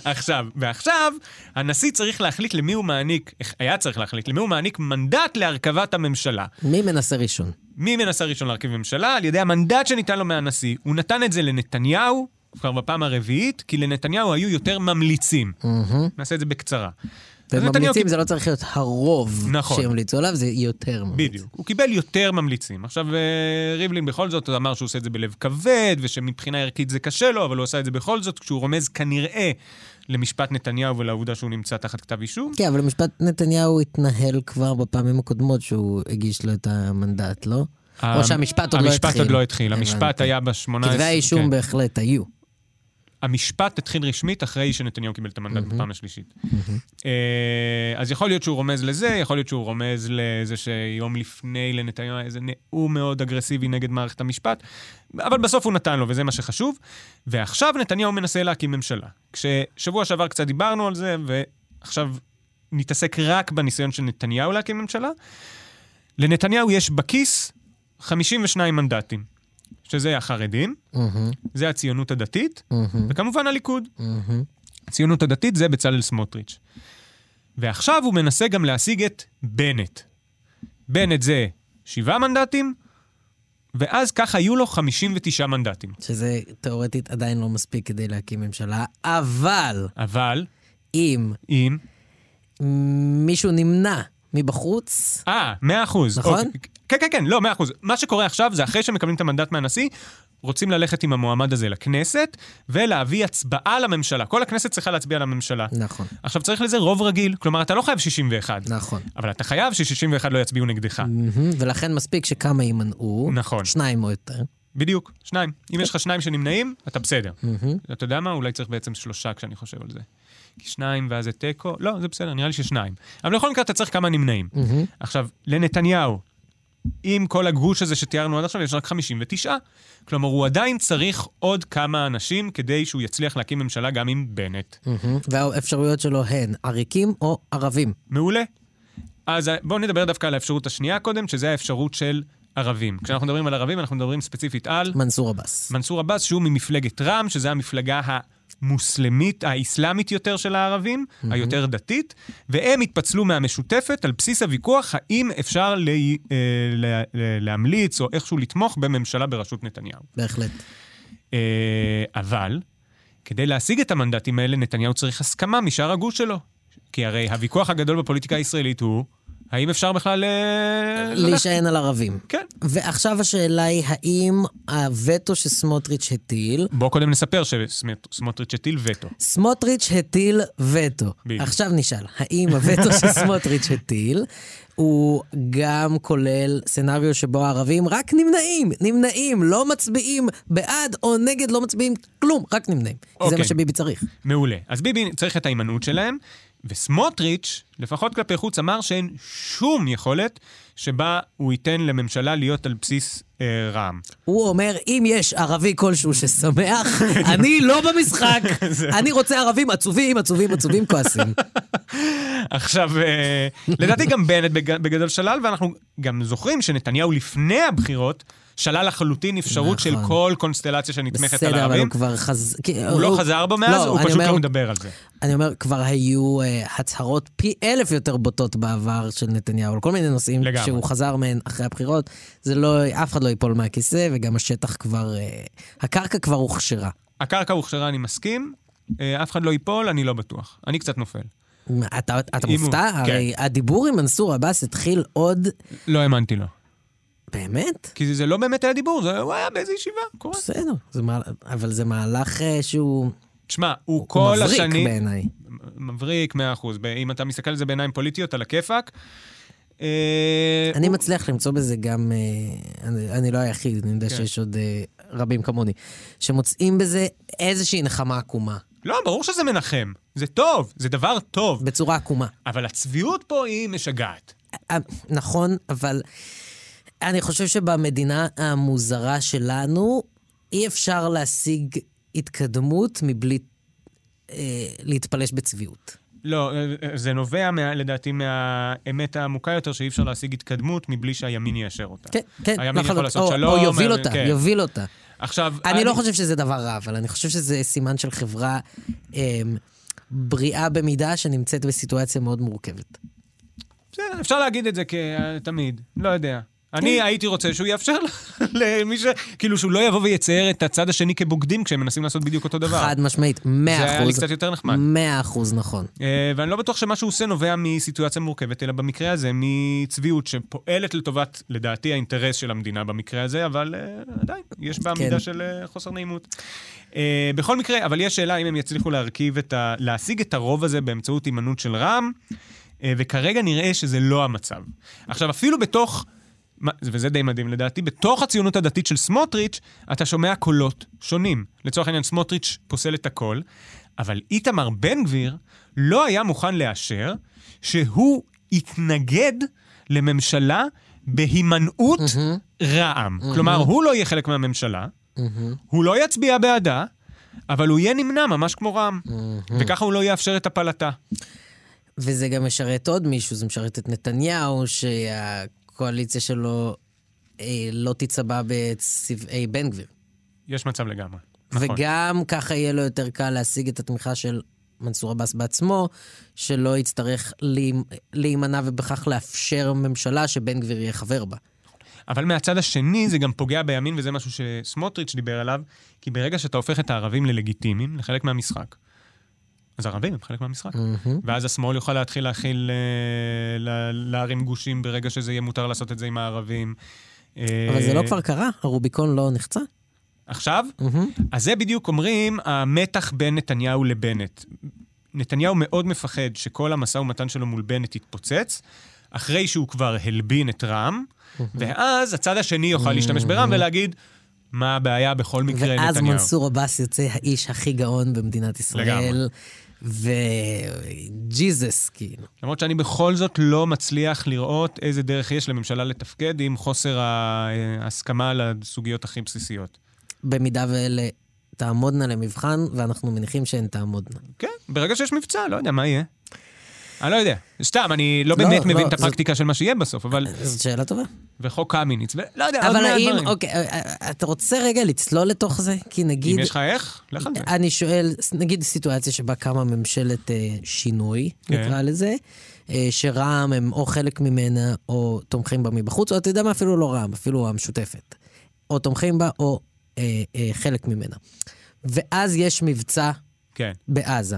Speaker 2: עכשיו, ועכשיו, הנשיא צריך להחליט למי הוא מעניק, היה צריך להחליט למי הוא מעניק מנדט להרכבת הממשלה.
Speaker 3: מי מנסה ראשון?
Speaker 2: מי מנסה ראשון להרכיב ממשלה? על ידי המנדט שניתן לו מהנשיא. הוא נתן את זה לנתניהו, כבר בפעם הרביעית, כי לנתניהו היו יותר ממליצים.
Speaker 3: מהמם.
Speaker 2: נעשה את זה בקצרה. אז Mm-hmm. נתניהו
Speaker 3: וממליצים זה לא צריך להיות הרוב
Speaker 2: נכון.
Speaker 3: שימליצו עליו, זה יותר ממליץ.
Speaker 2: בדיוק. הוא קיבל יותר ממליצים. עכשיו, אה, ריבלין בכל זאת אמר שהוא עושה את זה בלב כבד, ושמבחינה ערכית זה קשה לו, אבל הוא עשה את זה בכל זאת, כשהוא רומז כנראה למשפט נתניהו ולעובדה שהוא נמצא תחת כתב אישום.
Speaker 3: כן, אבל משפט נתניהו התנהל כבר בפעמים הקודמות שהוא הגיש לו את המנדט, לא?
Speaker 2: כן.
Speaker 3: או שהמשפט עוד לא התחיל.
Speaker 2: המשפט עוד לא התחיל,
Speaker 3: הבנתי.
Speaker 2: המשפט היה ב-18...
Speaker 3: כתבי האישום
Speaker 2: כן.
Speaker 3: בהחלט היו.
Speaker 2: המשפט התחיל רשמית אחרי שנתניהו קיבל את המנדט בפעם השלישית. אה, אז יכול להיות שהוא רומז לזה, יכול להיות שהוא רומז לזה שיום לפני לנתניהו היה איזה נאום מאוד אגרסיבי נגד מערכת המשפט, אבל בסוף הוא נתן לו, וזה מה שחשוב. ועכשיו נתניהו מנסה להקים ממשלה. כששבוע שעבר קצת דיברנו על זה, ועכשיו נתעסק רק בניסיון של נתניהו להקים ממשלה. לנתניהו יש בכיס 52 מנדטים, שזה החרדים,
Speaker 3: מהמם,
Speaker 2: זה הציונות הדתית,
Speaker 3: מהמם,
Speaker 2: וכמובן הליכוד.
Speaker 3: מהמם.
Speaker 2: הציונות הדתית זה בצלאל סמוטריץ'. ועכשיו הוא מנסה גם להשיג את בנט. בנט זה שבעה מנדטים, ואז כך היו לו 59 מנדטים.
Speaker 3: שזה תאורטית עדיין לא מספיק כדי להקים ממשלה, אבל
Speaker 2: אבל
Speaker 3: אם
Speaker 2: אם...
Speaker 3: מישהו נמנע מבחוץ,
Speaker 2: אה, 100 אחוז.
Speaker 3: נכון?
Speaker 2: אוקיי. כן, כן, כן, לא, 100 אחוז. מה שקורה עכשיו זה אחרי שמקבלים את המנדט מהנשיא, רוצים ללכת עם המועמד הזה לכנסת ולהביא הצבעה לממשלה. כל הכנסת צריכה להצביע לממשלה.
Speaker 3: נכון,
Speaker 2: עכשיו, צריך לזה רוב רגיל, כלומר, אתה לא חייב 61,
Speaker 3: נכון.
Speaker 2: אבל אתה חייב ש-61 לא יצביעו נגדך.
Speaker 3: מהמם, ולכן מספיק שכמה יימנעו,
Speaker 2: נכון.
Speaker 3: שניים או יותר.
Speaker 2: בדיוק, שניים. אם יש לך שניים שנמנעים, אתה בסדר.
Speaker 3: מהמם.
Speaker 2: אתה יודע מה? אולי צריך בעצם שלושה כשאני חושב על זה. כי שניים ואז זה תיקו, לא, זה בסדר, נראה לי ששניים. אבל בכל מקרה אתה צריך כמה נמנעים.
Speaker 3: מהמם.
Speaker 2: עכשיו, לנתניהו, עם כל הגוש הזה שתיארנו עד עכשיו, יש רק 59. כלומר, הוא עדיין צריך עוד כמה אנשים כדי שהוא יצליח להקים ממשלה גם עם בנט.
Speaker 3: מהמם. Mm-hmm. והאפשרויות שלו הן עריקים או ערבים.
Speaker 2: מעולה. אז בואו נדבר דווקא על האפשרות השנייה קודם, שזה האפשרות של ערבים. כשאנחנו מדברים על ערבים, אנחנו מדברים ספציפית על...
Speaker 3: מנסור עבאס.
Speaker 2: מנסור עבאס, שהוא ממפלגת רע"מ, שזה המפלגה המוסלמית, האסלאמית יותר של הערבים, mm-hmm. היותר דתית, והם התפצלו מהמשותפת על בסיס הוויכוח האם אפשר ל... אה, ל... ל... להמליץ או איכשהו לתמוך בממשלה בראשות נתניהו.
Speaker 3: בהחלט.
Speaker 2: אה, אבל כדי להשיג את המנדטים האלה, נתניהו צריך הסכמה משאר הגוש שלו. כי הרי הוויכוח הגדול בפוליטיקה הישראלית הוא, האם אפשר בכלל... אה, ללכת?
Speaker 3: להישען על ערבים.
Speaker 2: כן.
Speaker 3: ועכשיו השאלה היא, האם הווטו שסמוטריץ' הטיל,
Speaker 2: בואו קודם נספר שסמוטריץ' הטיל וטו.
Speaker 3: סמוטריץ' הטיל וטו.
Speaker 2: בדיוק.
Speaker 3: עכשיו נשאל, האם הווטו שסמוטריץ' הטיל, הוא גם כולל סצנריו שבו הערבים רק נמנעים, נמנעים, לא מצביעים בעד או נגד, לא מצביעים כלום, רק נמנעים. כי זה
Speaker 2: אוקיי.
Speaker 3: מה שביבי צריך.
Speaker 2: מעולה. אז ביבי צריך את ההימנעות שלהם, וסמוטריץ', לפחות כלפי חוץ, אמר שאין שום יכולת שבה הוא ייתן לממשלה להיות על בסיס אה, רע"מ.
Speaker 3: הוא אומר, אם יש ערבי כלשהו ששמח, אני לא במשחק. אני רוצה ערבים עצובים, עצובים, עצובים, כועסים.
Speaker 2: עכשיו, אה, לדעתי גם בנט בג- בגדול שלל, ואנחנו גם זוכרים שנתניהו לפני הבחירות שלל לחלוטין אפשרות של
Speaker 3: נכון.
Speaker 2: כל קונסטלציה שנתמכת על
Speaker 3: בסדר, אבל
Speaker 2: הערבים.
Speaker 3: הוא כבר חזר...
Speaker 2: הוא לא חזר בו מאז, הוא פשוט לא מדבר על זה.
Speaker 3: אני אומר, כבר היו אה, הצהרות פי אלף יותר בוטות בעבר של נתניהו, על כל מיני נושאים
Speaker 2: לגמרי.
Speaker 3: שהוא חזר מהן אחרי הבחירות. זה לא, אף אחד לא ייפול מהכיסא, וגם השטח כבר... אה, הקרקע כבר הוכשרה.
Speaker 2: הקרקע הוכשרה, אני מסכים, אה, אף אחד לא ייפול, אני לא בטוח. אני קצת נופל.
Speaker 3: אתה, אתה
Speaker 2: אם הוא-
Speaker 3: מופתע?
Speaker 2: כן.
Speaker 3: הרי הדיבור עם מנסור עבאס התחיל עוד...
Speaker 2: לא האמנתי לו.
Speaker 3: באמת?
Speaker 2: כי זה- זה לא באמת היה דיבור, זה הוא היה באיזה ישיבה, קורה.
Speaker 3: נכון. בסדר, זה מה... אבל זה מהלך אה, שהוא
Speaker 2: תשמע, הוא
Speaker 3: הוא
Speaker 2: כל
Speaker 3: מבריק
Speaker 2: השנים...
Speaker 3: בעיניי.
Speaker 2: מבריק, מאה אחוז. ב- אם אתה מסתכל על זה בעיניים פוליטיות, על הכיפאק. אה,
Speaker 3: אני מצליח למצוא בזה גם, אה, אני- אני לא היחיד, אני יודע
Speaker 2: כן.
Speaker 3: שיש עוד אה, רבים כמוני, שמוצאים בזה איזושהי נחמה עקומה,
Speaker 2: לא, ברור שזה מנחם. זה טוב, זה דבר טוב.
Speaker 3: בצורה עקומה.
Speaker 2: אבל הצביעות פה היא משגעת.
Speaker 3: אה, נכון, אבל אני חושב שבמדינה המוזרה שלנו, אי אפשר להשיג התקדמות מבלי אה, להתפלש בצביעות.
Speaker 2: לא, אה, אה, זה נובע, מה, לדעתי, מהאמת העמוקה יותר, שאי אפשר להשיג התקדמות מבלי שהימין יאשר אותה.
Speaker 3: כן, כן,
Speaker 2: הימין
Speaker 3: לא
Speaker 2: יכול
Speaker 3: לחלוק.
Speaker 2: לעשות
Speaker 3: או-
Speaker 2: שלום,
Speaker 3: או יוביל
Speaker 2: הימין-
Speaker 3: אותה,
Speaker 2: כן.
Speaker 3: יוביל אותה.
Speaker 2: עכשיו...
Speaker 3: אני לא חושב שזה דבר רע, אבל אני חושב שזה סימן של חברה אמ, בריאה במידה שנמצאת בסיטואציה מאוד מורכבת.
Speaker 2: בסדר, אפשר להגיד את זה כתמיד, לא יודע. אני הייתי רוצה שהוא יאפשר למי ש... כאילו, שהוא לא יבוא ויצייר את הצד השני כבוגדים כשהם מנסים לעשות בדיוק אותו דבר.
Speaker 3: חד משמעית, 100 אחוז.
Speaker 2: לא. זה היה לי קצת יותר נחמד.
Speaker 3: 100 אחוז נכון.
Speaker 2: אה, ואני לא בטוח שמה שהוא עושה נובע מסיטואציה מורכבת, אלא במקרה הזה מצביעות שפועלת לטובת, לדעתי, האינטרס של המדינה במקרה הזה, אבל אה, עדיין, יש בה
Speaker 3: כן.
Speaker 2: מידה של אה, חוסר נעימות. אה, בכל מקרה, אבל יש שאלה אם הם יצליחו להרכיב את ה... להשיג את הרוב הזה באמצעות הימנעות של רע"מ, אה, וכרגע נראה שזה לא המצב. עכשיו, אפילו בתוך... מה- וזה די מדהים לדעתי, בתוך הציונות הדתית של סמוטריץ', אתה שומע קולות שונים. לצורך העניין, סמוטריץ' פוסל את הכל, אבל איתמר בן גביר לא היה מוכן לאשר שהוא התנגד לממשלה בהימנעות רע"מ. כלומר, הוא לא יהיה חלק מהממשלה, הוא לא יצביע בעדה, אבל הוא יהיה נמנע ממש כמו רע"מ. וככה הוא לא יאפשר את הפלתה.
Speaker 3: וזה גם משרת עוד מישהו, זה משרת את נתניהו, שהקואליציה שלו אה, לא תיצבע בצבעי בן גביר.
Speaker 2: יש מצב לגמרי. נכון.
Speaker 3: וגם ככה יהיה לו יותר קל להשיג את התמיכה של מנסור עבאס בעצמו, שלא יצטרך להימ- להימנע ובכך לאפשר ממשלה שבן גביר יהיה חבר בה.
Speaker 2: אבל מהצד השני זה גם פוגע בימין, וזה משהו שסמוטריץ' דיבר עליו, כי ברגע שאתה הופך את הערבים ללגיטימיים, לחלק מהמשחק, אז הערבים הם חלק מהמשחק. ואז השמאל יוכל להתחיל להכיל, אה, לה- להרים גושים ברגע שזה יהיה מותר לעשות את זה עם הערבים. אה,
Speaker 3: אבל זה לא כבר קרה? הרוביקון לא נחצה?
Speaker 2: עכשיו? אז זה בדיוק אומרים המתח בין נתניהו לבנט. נתניהו מאוד מפחד שכל המשא ומתן שלו מול בנט יתפוצץ, אחרי שהוא כבר הלבין את רע"מ, ואז הצד השני יוכל להשתמש ברע"מ ולהגיד, מה הבעיה בכל מקרה, נתניהו.
Speaker 3: Mm-hmm. ואז מנסור עבאס יוצא האיש הכי גאון במדינת
Speaker 2: לגמרי.
Speaker 3: ישראל. וג'יזוס, כאילו.
Speaker 2: למרות שאני בכל זאת לא מצליח לראות איזה דרך יש לממשלה לתפקד עם חוסר ההסכמה על הסוגיות הכי בסיסיות.
Speaker 3: במידה ואלה תעמודנה למבחן, ואנחנו מניחים שהן תעמודנה.
Speaker 2: כן, ברגע שיש מבצע, לא יודע מה יהיה. אני לא יודע. סתם, אני לא
Speaker 3: לא,
Speaker 2: באמת
Speaker 3: לא,
Speaker 2: מבין את
Speaker 3: זאת-
Speaker 2: הפרקטיקה של מה שיהיה בסוף, אבל...
Speaker 3: זאת שאלה טובה.
Speaker 2: וחוק קמיניץ, ולא יודע, עוד
Speaker 3: אבל
Speaker 2: מאה
Speaker 3: האם,
Speaker 2: דברים.
Speaker 3: אוקיי, אה, אה, אתה רוצה רגע לצלול לתוך זה? כי נגיד...
Speaker 2: אם יש לך איך, לך על זה.
Speaker 3: כן. אני שואל, נגיד סיטואציה שבה קמה ממשלת אה, שינוי,
Speaker 2: כן.
Speaker 3: נקרא לזה, אה, שרע"מ הם או חלק ממנה או תומכים בה מבחוץ, או אתה יודע מה, אפילו לא רע"מ, אפילו המשותפת. או תומכים בה או אה, אה, חלק ממנה. ואז יש מבצע
Speaker 2: כן.
Speaker 3: בעזה,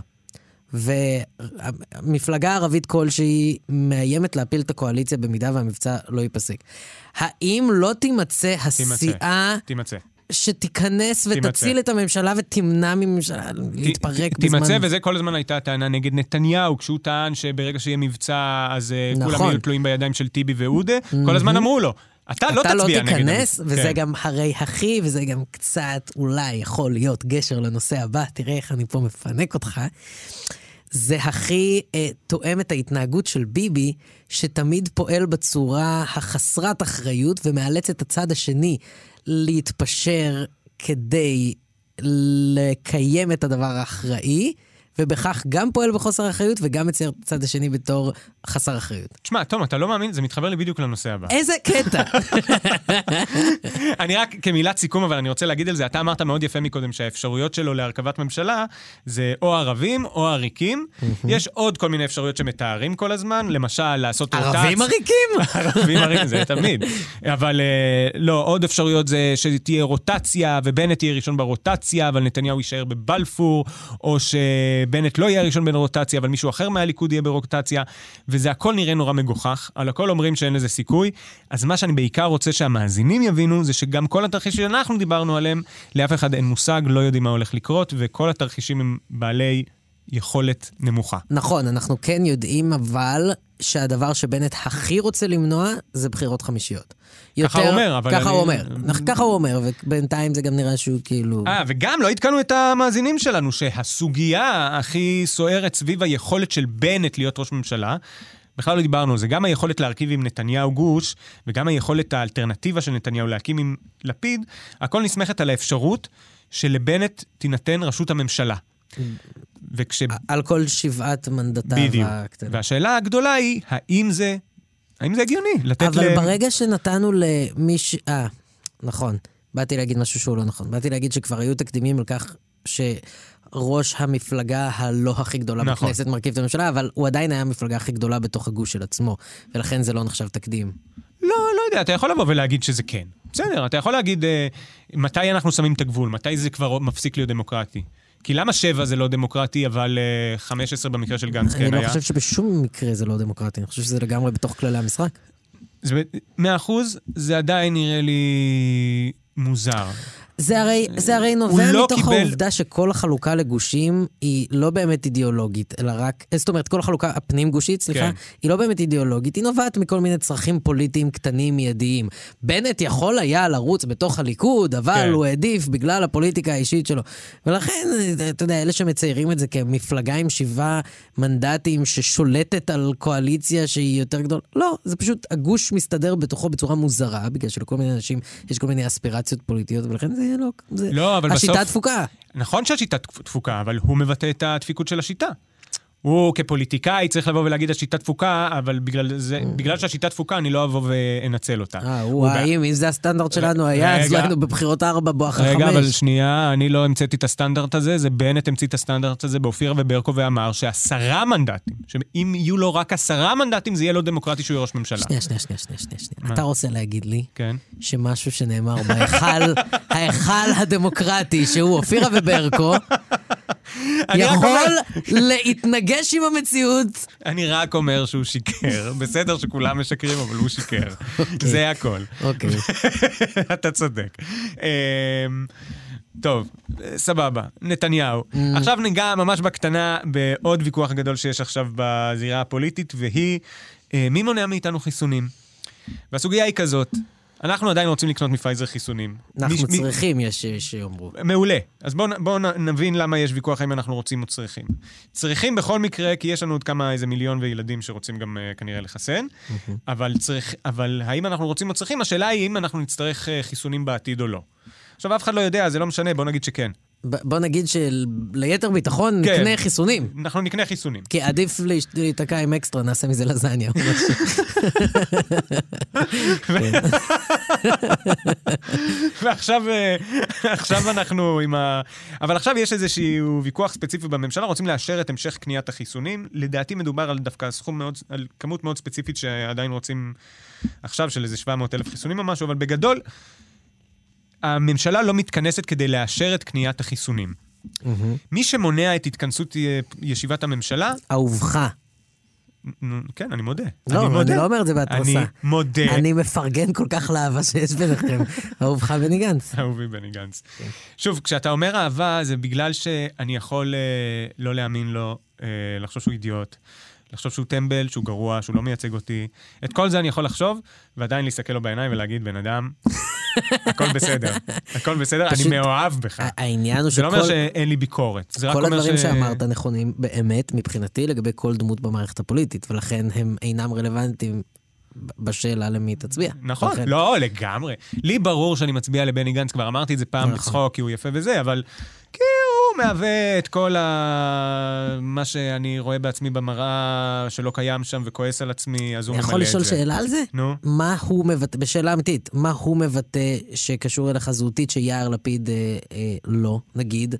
Speaker 3: ומפלגה ערבית כלשהי מאיימת להפיל את הקואליציה במידה והמבצע לא ייפסק. האם לא תימצא הסיעה...
Speaker 2: תימצא.
Speaker 3: שתיכנס
Speaker 2: תימצא.
Speaker 3: ותציל את הממשלה ותמנע מממשלה להתפרק
Speaker 2: ת-
Speaker 3: בזמן...
Speaker 2: תימצא, וזה כל הזמן הייתה הטענה נגד נתניהו, כשהוא טען שברגע שיהיה מבצע, אז אה, כולם
Speaker 3: נכון.
Speaker 2: יהיו תלויים בידיים של טיבי ועודה, כל הזמן אמרו לו, אתה לא
Speaker 3: אתה לא
Speaker 2: תצביע נגד...
Speaker 3: תיכנס,
Speaker 2: המבצע."
Speaker 3: וזה
Speaker 2: כן.
Speaker 3: גם הרי הכי, וזה גם קצת אולי יכול להיות גשר לנושא הבא, תראה איך אני פה מפנק אותך. זה הכי אה, תואם את ההתנהגות של ביבי, שתמיד פועל בצורה החסרת אחריות ומאלץ את הצד השני להתפשר כדי לקיים את הדבר האחראי, ובכך גם פועל בחוסר אחריות וגם מצייר את הצד השני בתור חסר אחריות.
Speaker 2: תשמע, תום, אתה לא מאמין? זה מתחבר לי בדיוק לנושא הבא.
Speaker 3: איזה קטע!
Speaker 2: אני רק כמילת סיכום, אבל אני רוצה להגיד על זה, אתה אמרת מאוד יפה מקודם שהאפשרויות שלו להרכבת ממשלה זה או ערבים או עריקים. יש עוד כל מיני אפשרויות שמתארים כל הזמן, למשל לעשות רוטציה.
Speaker 3: ערבים עריקים!
Speaker 2: ערבים עריקים, זה תמיד. אבל אה, לא, עוד אפשרויות זה שתהיה רוטציה, ובנט יהיה ראשון ברוטציה, אבל נתניהו יישאר בבלפור, או שבנט לא יהיה הראשון ברוטציה, אבל מישהו אחר מהליכוד יהיה ברוטציה, וזה הכל נראה נורא מגוחך, על הכל אומרים שאין לזה סיכוי. אז מה שאני בעיקר רוצה שהמאזינים יבינו, זה שגם כל התרחישים שאנחנו דיברנו עליהם, לאף אחד אין מושג, לא יודעים מה הולך לקרות, וכל התרחישים הם בעלי... יכולת נמוכה.
Speaker 3: נכון, אנחנו כן יודעים, אבל שהדבר שבנט הכי רוצה למנוע זה בחירות חמישיות.
Speaker 2: ככה הוא אומר, אבל
Speaker 3: ככה
Speaker 2: אני-
Speaker 3: הוא אומר, נכ- ככה הוא אומר, ובינתיים זה גם נראה שהוא כאילו...
Speaker 2: אה, וגם לא עדכנו את המאזינים שלנו שהסוגיה הכי סוערת סביב היכולת של בנט להיות ראש ממשלה, בכלל לא דיברנו על זה, גם היכולת להרכיב עם נתניהו גוש, וגם היכולת האלטרנטיבה של נתניהו להקים עם לפיד, הכל נסמכת על האפשרות שלבנט תינתן ראשות הממשלה. וכש...
Speaker 3: על כל שבעת מנדטיו
Speaker 2: בדיוק.
Speaker 3: הקטנים.
Speaker 2: והשאלה הגדולה היא, האם זה... האם זה הגיוני לתת
Speaker 3: אבל
Speaker 2: ל...
Speaker 3: ברגע שנתנו למיש... אה, נכון. באתי להגיד משהו שהוא לא נכון. באתי להגיד שכבר היו תקדימים על כך שראש המפלגה הלא הכי גדולה
Speaker 2: נכון.
Speaker 3: בכנסת מרכיב את הממשלה, אבל הוא עדיין היה המפלגה הכי גדולה בתוך הגוש של עצמו, ולכן זה לא נחשב תקדים.
Speaker 2: לא, לא יודע, אתה יכול לבוא ולהגיד שזה כן. בסדר, אתה יכול להגיד אה, מתי אנחנו שמים את הגבול, מתי זה כבר מפסיק להיות דמוקרטי. כי למה שבע זה לא דמוקרטי, אבל אה, 15 במקרה של גנץ
Speaker 3: אני
Speaker 2: כן
Speaker 3: לא
Speaker 2: היה?
Speaker 3: חושב שבשום מקרה זה לא דמוקרטי, אני חושב שזה לגמרי בתוך כללי המשחק.
Speaker 2: זה ב- מאה אחוז, זה עדיין נראה לי מוזר.
Speaker 3: זה הרי, זה הרי נובע
Speaker 2: לא
Speaker 3: מתוך
Speaker 2: קיבל-
Speaker 3: העובדה שכל החלוקה לגושים היא לא באמת אידיאולוגית, אלא רק, אה, זאת אומרת, כל החלוקה הפנים-גושית, סליחה,
Speaker 2: כן.
Speaker 3: כן. היא לא באמת אידיאולוגית, היא נובעת מכל מיני צרכים פוליטיים קטנים מיידיים. בנט יכול היה לרוץ בתוך הליכוד, אבל
Speaker 2: כן.
Speaker 3: כן. הוא העדיף בגלל הפוליטיקה האישית שלו. ולכן, אתה יודע, אלה שמציירים את זה כמפלגה עם שבעה מנדטים ששולטת על קואליציה שהיא יותר גדולה, לא, זה פשוט, הגוש מסתדר בתוכו בצורה מוזרה, בגלל שלכל מיני אנשים יש כל מיני אספירציות פוליטיות, ולכן זה לא... זה...
Speaker 2: לא, אבל
Speaker 3: השיטה
Speaker 2: בסוף-
Speaker 3: דפוקה.
Speaker 2: נכון שהשיטה תפ- תפוקה, אבל הוא מבטא את הדפיקות של השיטה. הוא כפוליטיקאי צריך לבוא ולהגיד השיטה תפוקה, אבל בגלל, זה, בגלל שהשיטה תפוקה אני לא אבוא ואנצל אותה.
Speaker 3: אה,
Speaker 2: הוא בא-
Speaker 3: וואי, אם זה הסטנדרט שלנו היה, אז לא
Speaker 2: רגע.
Speaker 3: היינו בבחירות ארבע בואכה חמש.
Speaker 2: רגע, אבל שנייה, אני לא המצאתי את הסטנדרט הזה, זה בנט המציא את הסטנדרט הזה באופירה וברקו ואמר שעשרה מנדטים, שאם יהיו לו רק עשרה מנדטים, זה יהיה לא דמוקרטי שהוא יהיה ראש ממשלה.
Speaker 3: שנייה, שנייה, שנייה, שנייה, שנייה, שנייה. אתה רוצה להגיד לי
Speaker 2: כן.
Speaker 3: שמשהו שנאמר בהיכל, ההיכל הדמוקרטי, שהוא אופירה וברקו,
Speaker 2: אני רק אומר-
Speaker 3: יכול להתנגש עם המציאות?
Speaker 2: אני רק אומר שהוא שיקר. בסדר שכולם משקרים, אבל הוא שיקר. זה הכל.
Speaker 3: אוקיי.
Speaker 2: אתה צודק. אמ, טוב, סבבה, נתניהו.
Speaker 3: Mm.
Speaker 2: עכשיו ניגע ממש בקטנה בעוד ויכוח גדול שיש עכשיו בזירה הפוליטית, והיא אה, מי מונע מאיתנו חיסונים. והסוגיה היא כזאת, אנחנו עדיין רוצים לקנות מפייזר חיסונים.
Speaker 3: אנחנו
Speaker 2: מי- מי-
Speaker 3: צריכים, יש שיאמרו.
Speaker 2: מעולה. אז בואו בוא נבין למה יש ויכוח האם אנחנו רוצים או צריכים. צריכים בכל מקרה, כי יש לנו עוד כמה, איזה מיליון וילדים שרוצים גם uh, כנראה לחסן, אבל, צריך, אבל האם אנחנו רוצים או צריכים, השאלה היא אם אנחנו נצטרך uh, חיסונים בעתיד או לא. עכשיו, אף אחד לא יודע, זה לא משנה, בואו נגיד שכן.
Speaker 3: ב- בוא נגיד שליתר ביטחון
Speaker 2: כן.
Speaker 3: נקנה חיסונים.
Speaker 2: אנחנו נקנה חיסונים.
Speaker 3: כי עדיף להש- להיתקע עם אקסטרה, נעשה מזה לזניה. או משהו.
Speaker 2: ועכשיו אה, עכשיו אנחנו עם ה... אבל עכשיו יש איזשהו ויכוח ספציפי בממשלה, רוצים לאשר את המשך קניית החיסונים. לדעתי מדובר על דווקא סכום מאוד, על כמות מאוד ספציפית שעדיין רוצים עכשיו, של איזה 700 אלף חיסונים או משהו, אבל בגדול, הממשלה לא מתכנסת כדי לאשר את קניית החיסונים. מי שמונע את התכנסות אה, ישיבת הממשלה,
Speaker 3: אהובך.
Speaker 2: נ- כן, אני מודה.
Speaker 3: לא, אבל
Speaker 2: מודה.
Speaker 3: אני לא אומר את זה בהתרסה.
Speaker 2: אני מודה.
Speaker 3: אני מפרגן כל כך לאהבה שיש ביניכם. אהובך בני גנץ.
Speaker 2: אהובי בני גנץ.
Speaker 3: כן.
Speaker 2: שוב, כשאתה אומר אהבה, זה בגלל שאני יכול אה, לא להאמין לו, אה, לחשוב שהוא אידיוט, לחשוב שהוא טמבל, שהוא גרוע, שהוא לא מייצג אותי. את כל זה אני יכול לחשוב, ועדיין להסתכל לו בעיניים ולהגיד, בן אדם, הכל בסדר. הכל בסדר,
Speaker 3: פשוט- אה,
Speaker 2: אני מאוהב בך.
Speaker 3: ה- העניין הוא
Speaker 2: זה לא אומר
Speaker 3: שכל
Speaker 2: שאין לי ביקורת. זה רק
Speaker 3: כל
Speaker 2: אומר
Speaker 3: הדברים
Speaker 2: ש-
Speaker 3: שאמרת נכונים באמת מבחינתי לגבי כל דמות במערכת הפוליטית, ולכן הם אינם רלוונטיים ב- בשאלה למי תצביע.
Speaker 2: נכון,
Speaker 3: לכן-
Speaker 2: לא, לגמרי. לי ברור שאני מצביע לבני גנץ, כבר אמרתי את זה פעם
Speaker 3: נכון.
Speaker 2: בצחוק, כי הוא יפה וזה, אבל כי הוא מהווה את כל ה... מה שאני רואה בעצני במראה, שלא קיים שם וכועס על עצמי, אז הוא
Speaker 3: אני
Speaker 2: ממלא לא את זה. לא,
Speaker 3: יכול לשאול שאלה על זה?
Speaker 2: נו.
Speaker 3: מה הוא מבטא, בשאלה אמיתית, מה הוא מבטא שקשור אליך זהותית שיאיר לפיד אה, אה, לא, נגיד?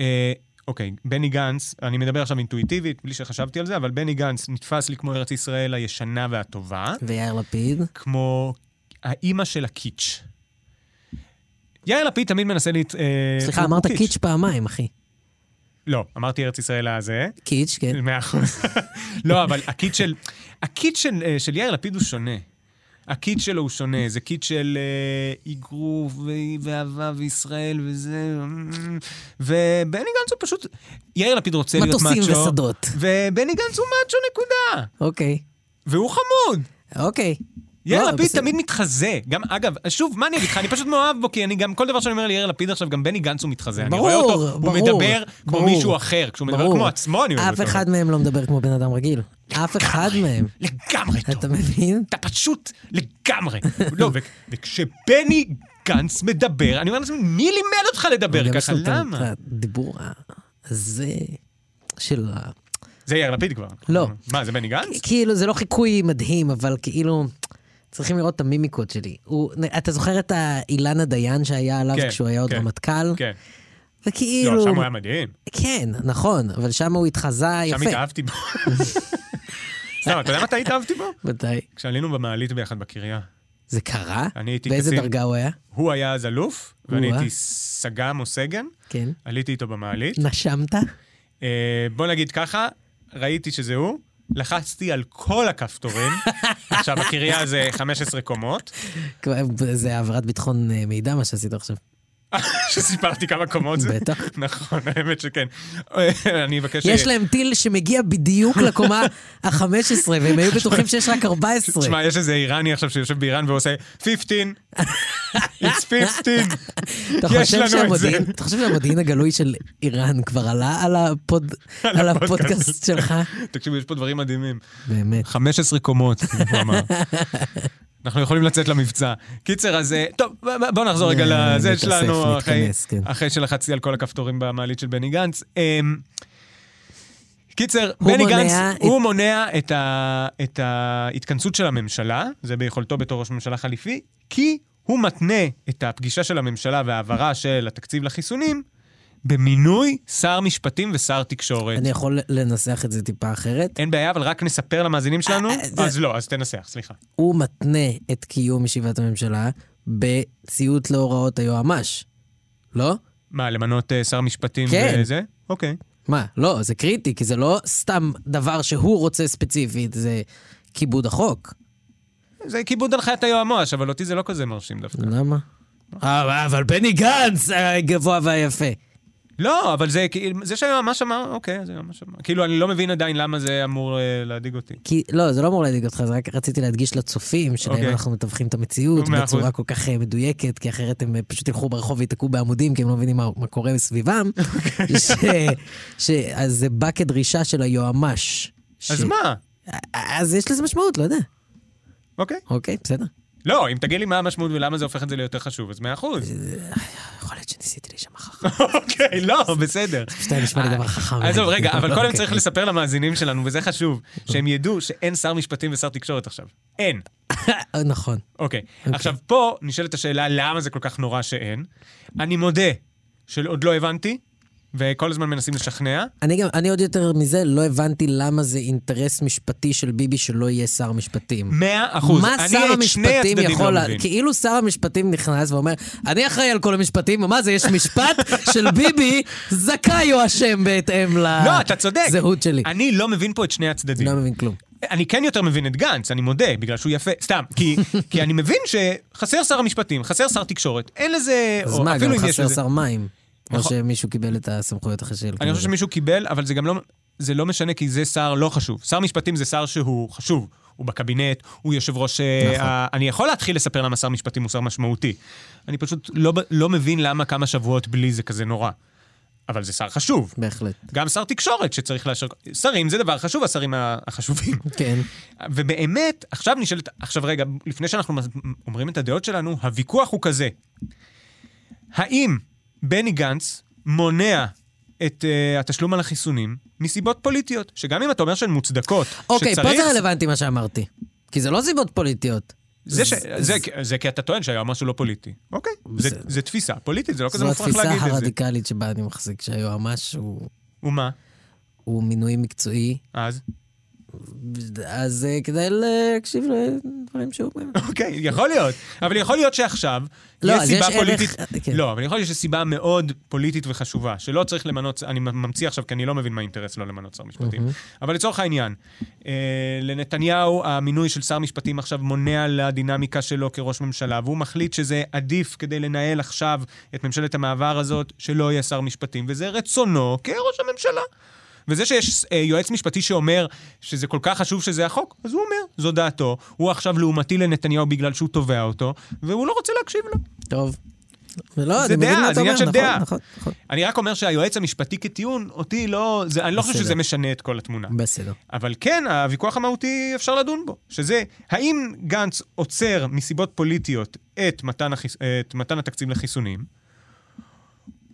Speaker 2: אה, אוקיי, בני גנץ, אני מדבר עכשיו אינטואיטיבית, בלי שחשבתי על זה, אבל בני גנץ נתפס לי כמו ארץ ישראל הישנה והטובה,
Speaker 3: ויאיר לפיד?
Speaker 2: אה, כמו האימא של הקיץ'. יאיר לפיד תמיד מנסה להת... אה,
Speaker 3: סליחה,
Speaker 2: הוא- הוא
Speaker 3: אמרת קיץ' פעמיים, אחי.
Speaker 2: לא, אמרתי ארץ ישראל הזה.
Speaker 3: קיץ', כן.
Speaker 2: מאה אחוז. לא, אבל הקיט של, הקיט של, אה, של יאיר לפיד הוא שונה. הקיט שלו הוא שונה, זה קיט של אה, אגרוף ו- ואהבה וישראל וזה, אה, ובני גנץ הוא פשוט, יאיר לפיד רוצה להיות מאצ'ו.
Speaker 3: מטוסים ושדות.
Speaker 2: ובני גנץ הוא מאצ'ו נקודה,
Speaker 3: אוקיי,
Speaker 2: והוא חמוד.
Speaker 3: אוקיי.
Speaker 2: יאיר
Speaker 3: לא,
Speaker 2: לפיד
Speaker 3: בסדר.
Speaker 2: תמיד מתחזה. גם, אגב, שוב, מה אני אגיד לך? אני פשוט מאוהב בו, כי אני גם, כל דבר שאני אומר ליאיר לפיד עכשיו, גם בני גנץ הוא מתחזה.
Speaker 3: ברור,
Speaker 2: אני רואה אותו,
Speaker 3: ברור,
Speaker 2: הוא מדבר כמו
Speaker 3: ברור.
Speaker 2: מישהו אחר. כשהוא מדבר
Speaker 3: ברור.
Speaker 2: כמו עצמו, אני אוהב אותו.
Speaker 3: אף אחד מהם לא מדבר כמו בן אדם רגיל. אף אחד מהם.
Speaker 2: לגמרי טוב.
Speaker 3: אתה מבין?
Speaker 2: אתה פשוט לגמרי. לא, ו- וכשבני גנץ מדבר, אני אומר לעצמי, מי לימד אותך לדבר
Speaker 3: גם כן. יש
Speaker 2: ככה?
Speaker 3: לו את ה-
Speaker 2: למה?
Speaker 3: את הדיבור הזה של... ה-
Speaker 2: זה יאיר לפיד כבר.
Speaker 3: לא.
Speaker 2: מה, זה בני גנץ?
Speaker 3: כאילו, זה לא חיקוי מדהים, אבל כאילו... צריכים לראות את המימיקות שלי. הוא, אתה זוכר את האילנה דיין שהיה עליו
Speaker 2: כן,
Speaker 3: כשהוא היה עוד
Speaker 2: כן,
Speaker 3: רמטכ"ל?
Speaker 2: כן.
Speaker 3: וכאילו...
Speaker 2: לא, שם הוא היה מדהים.
Speaker 3: כן, נכון, אבל שם הוא התחזה יפה.
Speaker 2: שם התאהבתי בו. סתם, אתה יודע מתי התאהבתי בו?
Speaker 3: מתי?
Speaker 2: כשעלינו במעלית ביחד בקריה.
Speaker 3: זה קרה?
Speaker 2: אני הייתי
Speaker 3: באיזה
Speaker 2: קצין.
Speaker 3: דרגה הוא היה?
Speaker 2: הוא היה אז אלוף, ואני
Speaker 3: או-אה.
Speaker 2: הייתי סג"ם או סגן.
Speaker 3: כן.
Speaker 2: עליתי איתו במעלית.
Speaker 3: נשמת?
Speaker 2: אה, בוא נגיד ככה, ראיתי שזה הוא, לחצתי על כל הכפתורים. עכשיו, הקריה זה 15 קומות,
Speaker 3: כבר- זה העברת ביטחון אה, מידע, מה שעשית עכשיו.
Speaker 2: שסיפרתי כמה קומות זה.
Speaker 3: בטח.
Speaker 2: נכון, האמת שכן. אני אבקש...
Speaker 3: יש להם טיל שמגיע בדיוק לקומה ה-15, והם היו בטוחים שיש רק 14.
Speaker 2: תשמע, יש איזה איראני עכשיו שיושב באיראן ועושה 15, it's 15.
Speaker 3: אתה
Speaker 2: יש
Speaker 3: חושב
Speaker 2: לנו את
Speaker 3: שהמודיעין-
Speaker 2: זה.
Speaker 3: אתה חושב שהמודיעין הגלוי של איראן כבר עלה על הפוד- על הפודקאסט כן. שלך?
Speaker 2: תקשיבו, יש פה דברים מדהימים.
Speaker 3: באמת.
Speaker 2: 15 קומות, הוא אמר. אנחנו יכולים לצאת למבצע. קיצר, אז אה, טוב, ב- ב- בוא נחזור רגע
Speaker 3: אה,
Speaker 2: לזה
Speaker 3: נתאסף,
Speaker 2: שלנו, אחרי-
Speaker 3: נתכנס, כן.
Speaker 2: אחרי שלחצתי על כל הכפתורים במעלית של בני גנץ. אמ, קיצר,
Speaker 3: הוא
Speaker 2: בני
Speaker 3: מונע
Speaker 2: גנץ,
Speaker 3: את-
Speaker 2: הוא מונע את ה- את ההתכנסות של הממשלה, זה ביכולתו בתור ראש ממשלה חליפי, כי הוא מתנה את הפגישה של הממשלה וההעברה של התקציב לחיסונים במינוי שר משפטים ושר תקשורת.
Speaker 3: אני יכול לנסח את זה טיפה אחרת.
Speaker 2: אין בעיה, אבל רק נספר למאזינים שלנו?
Speaker 3: אה, אה, זה-
Speaker 2: אז לא, אז תנסח, סליחה.
Speaker 3: הוא מתנה את קיום ישיבת הממשלה בציות להוראות היועמ"ש. לא?
Speaker 2: מה, למנות אה, שר משפטים
Speaker 3: כן.
Speaker 2: וזה? אוקיי.
Speaker 3: מה? לא, זה קריטי, כי זה לא סתם דבר שהוא רוצה ספציפית, זה כיבוד החוק.
Speaker 2: זה כיבוד הנחיית היועמ"ש, אבל אותי זה לא כזה מרשים דווקא.
Speaker 3: למה? אה, אבל בני גנץ אה, הגבוה והיפה.
Speaker 2: לא, אבל זה כאילו- זה שהיועמ"ש אמר, אוקיי, זה היועמ"ש אמר. כאילו, אני לא מבין עדיין למה זה אמור אה, להדאיג אותי.
Speaker 3: כי, לא, זה לא אמור להדאיג אותך, זה רק רציתי להדגיש לצופים, שלהם
Speaker 2: אוקיי.
Speaker 3: אנחנו מתווכים את המציאות
Speaker 2: מאה
Speaker 3: בצורה
Speaker 2: אחוז.
Speaker 3: כל כך אה, מדויקת, כי אחרת הם אה, פשוט ילכו ברחוב ויתקעו בעמודים, כי הם לא מבינים מה, מה קורה מסביבם.
Speaker 2: אוקיי.
Speaker 3: ש, ש, אז זה בא כדרישה של היועמ"ש. ש-
Speaker 2: אז מה?
Speaker 3: אז יש לזה משמעות, לא יודע.
Speaker 2: אוקיי.
Speaker 3: אוקיי, בסדר.
Speaker 2: לא, אם תגיד לי מה המשמעות ולמה זה הופך את זה ליותר חשוב, אז מאה אחוז.
Speaker 3: אה, יכול להיות שניסיתי להישמע חכם.
Speaker 2: אוקיי, לא, בסדר.
Speaker 3: פשוט היה נשמע לי דבר חכם.
Speaker 2: אה, עזוב, רגע, אבל קודם
Speaker 3: אוקיי.
Speaker 2: צריך לספר למאזינים שלנו, וזה חשוב, שהם ידעו שאין שר משפטים ושר תקשורת עכשיו. אין.
Speaker 3: נכון.
Speaker 2: אוקיי. עכשיו, פה נשאלת השאלה למה זה כל כך נורא שאין. אני מודה שעוד לא הבנתי, וכל הזמן מנסים לשכנע.
Speaker 3: אני גם, אני עוד יותר מזה, לא הבנתי למה זה אינטרס משפטי של ביבי שלא יהיה שר משפטים.
Speaker 2: מאה אחוז.
Speaker 3: מה
Speaker 2: אני
Speaker 3: שר
Speaker 2: את שני
Speaker 3: המשפטים
Speaker 2: הצדדים
Speaker 3: יכול...
Speaker 2: לא
Speaker 3: לה-
Speaker 2: מבין.
Speaker 3: כאילו שר המשפטים נכנס ואומר, אני אחראי על כל המשפטים, ומה זה, יש משפט של ביבי, זכאי או אשם בהתאם
Speaker 2: לא, אתה צודק.
Speaker 3: לזהות אה, שלי.
Speaker 2: אני לא מבין פה את שני הצדדים.
Speaker 3: לא מבין כלום.
Speaker 2: אני כן יותר מבין את גנץ, אני מודה, בגלל שהוא יפה. סתם, כי, כי אני מבין שחסר שר המשפטים, חסר שר תקשורת, אין לזה...
Speaker 3: אז
Speaker 2: או
Speaker 3: מה, גם
Speaker 2: אפילו אם יש
Speaker 3: חסר
Speaker 2: לזה-
Speaker 3: שר מים. או
Speaker 2: נכון.
Speaker 3: שמישהו קיבל את הסמכויות אחרי של...
Speaker 2: אני חושב שמישהו קיבל, אבל זה גם לא... זה לא משנה, כי זה שר לא חשוב. שר משפטים זה שר שהוא חשוב. הוא בקבינט, הוא יושב ראש...
Speaker 3: נכון.
Speaker 2: נכון. ה... אני יכול להתחיל לספר למה שר משפטים הוא שר משמעותי. אני פשוט לא, ב- לא מבין למה כמה שבועות בלי זה כזה נורא. אבל זה שר חשוב.
Speaker 3: בהחלט.
Speaker 2: גם שר תקשורת שצריך לאשר... שרים זה דבר חשוב, השרים ה- החשובים.
Speaker 3: כן.
Speaker 2: ובאמת, עכשיו נשאלת, עכשיו רגע, לפני שאנחנו מז- אומרים את הדעות שלנו, הוויכוח הוא כזה. האם בני גנץ מונע את uh, התשלום על החיסונים מסיבות פוליטיות, שגם אם אתה אומר שהן מוצדקות,
Speaker 3: אוקיי,
Speaker 2: שצריך...
Speaker 3: פה זה רלוונטי מה שאמרתי. כי זה לא סיבות פוליטיות.
Speaker 2: זה, ש...
Speaker 3: ז-
Speaker 2: זה, זה, זה כי אתה טוען שהיועמ"ש הוא לא פוליטי. אוקיי, זה,
Speaker 3: בסדר.
Speaker 2: זה תפיסה פוליטית, זה לא כזה
Speaker 3: זו
Speaker 2: מופרך
Speaker 3: התפיסה
Speaker 2: להגיד את זה.
Speaker 3: הרדיקלית שבה אני מחזיק, שהיועמ"ש הוא-
Speaker 2: ומה?
Speaker 3: הוא מינוי מקצועי,
Speaker 2: אז?
Speaker 3: אז אה, כדאי להקשיב הדברים שהוא אומר.
Speaker 2: אוקיי, יכול להיות. אבל יכול להיות שעכשיו,
Speaker 3: לא,
Speaker 2: יש
Speaker 3: אז
Speaker 2: סיבה
Speaker 3: יש ערך-
Speaker 2: פוליטית...
Speaker 3: כן.
Speaker 2: לא, אבל יכול להיות שיש סיבה מאוד פוליטית וחשובה, שלא צריך למנות... אני ממציא עכשיו, כי אני לא מבין מה האינטרס לא למנות שר משפטים. אבל לצורך העניין, אה, לנתניהו, המינוי של שר משפטים עכשיו מונע לדינמיקה שלו כראש ממשלה, והוא מחליט שזה עדיף כדי לנהל עכשיו את ממשלת המעבר הזאת, שלא יהיה שר משפטים, וזה רצונו כראש הממשלה. וזה שיש אה, יועץ משפטי שאומר שזה כל כך חשוב שזה החוק, אז הוא אומר, זו דעתו. הוא עכשיו לעומתי לנתניהו בגלל שהוא תובע אותו, והוא לא רוצה להקשיב לו.
Speaker 3: טוב. ולא,
Speaker 2: זה
Speaker 3: אני מבין
Speaker 2: דעה,
Speaker 3: מה
Speaker 2: זה
Speaker 3: אתה
Speaker 2: עניין
Speaker 3: אומר,
Speaker 2: של דעה.
Speaker 3: נכון, נכון, נכון.
Speaker 2: אני רק אומר שהיועץ המשפטי כטיעון, אותי לא... זה, אני לא חושב
Speaker 3: בסדר.
Speaker 2: שזה משנה את כל התמונה.
Speaker 3: בסדר.
Speaker 2: אבל כן, הוויכוח המהותי אפשר לדון בו, שזה האם גנץ עוצר מסיבות פוליטיות את מתן, החיס... את מתן התקציב לחיסונים,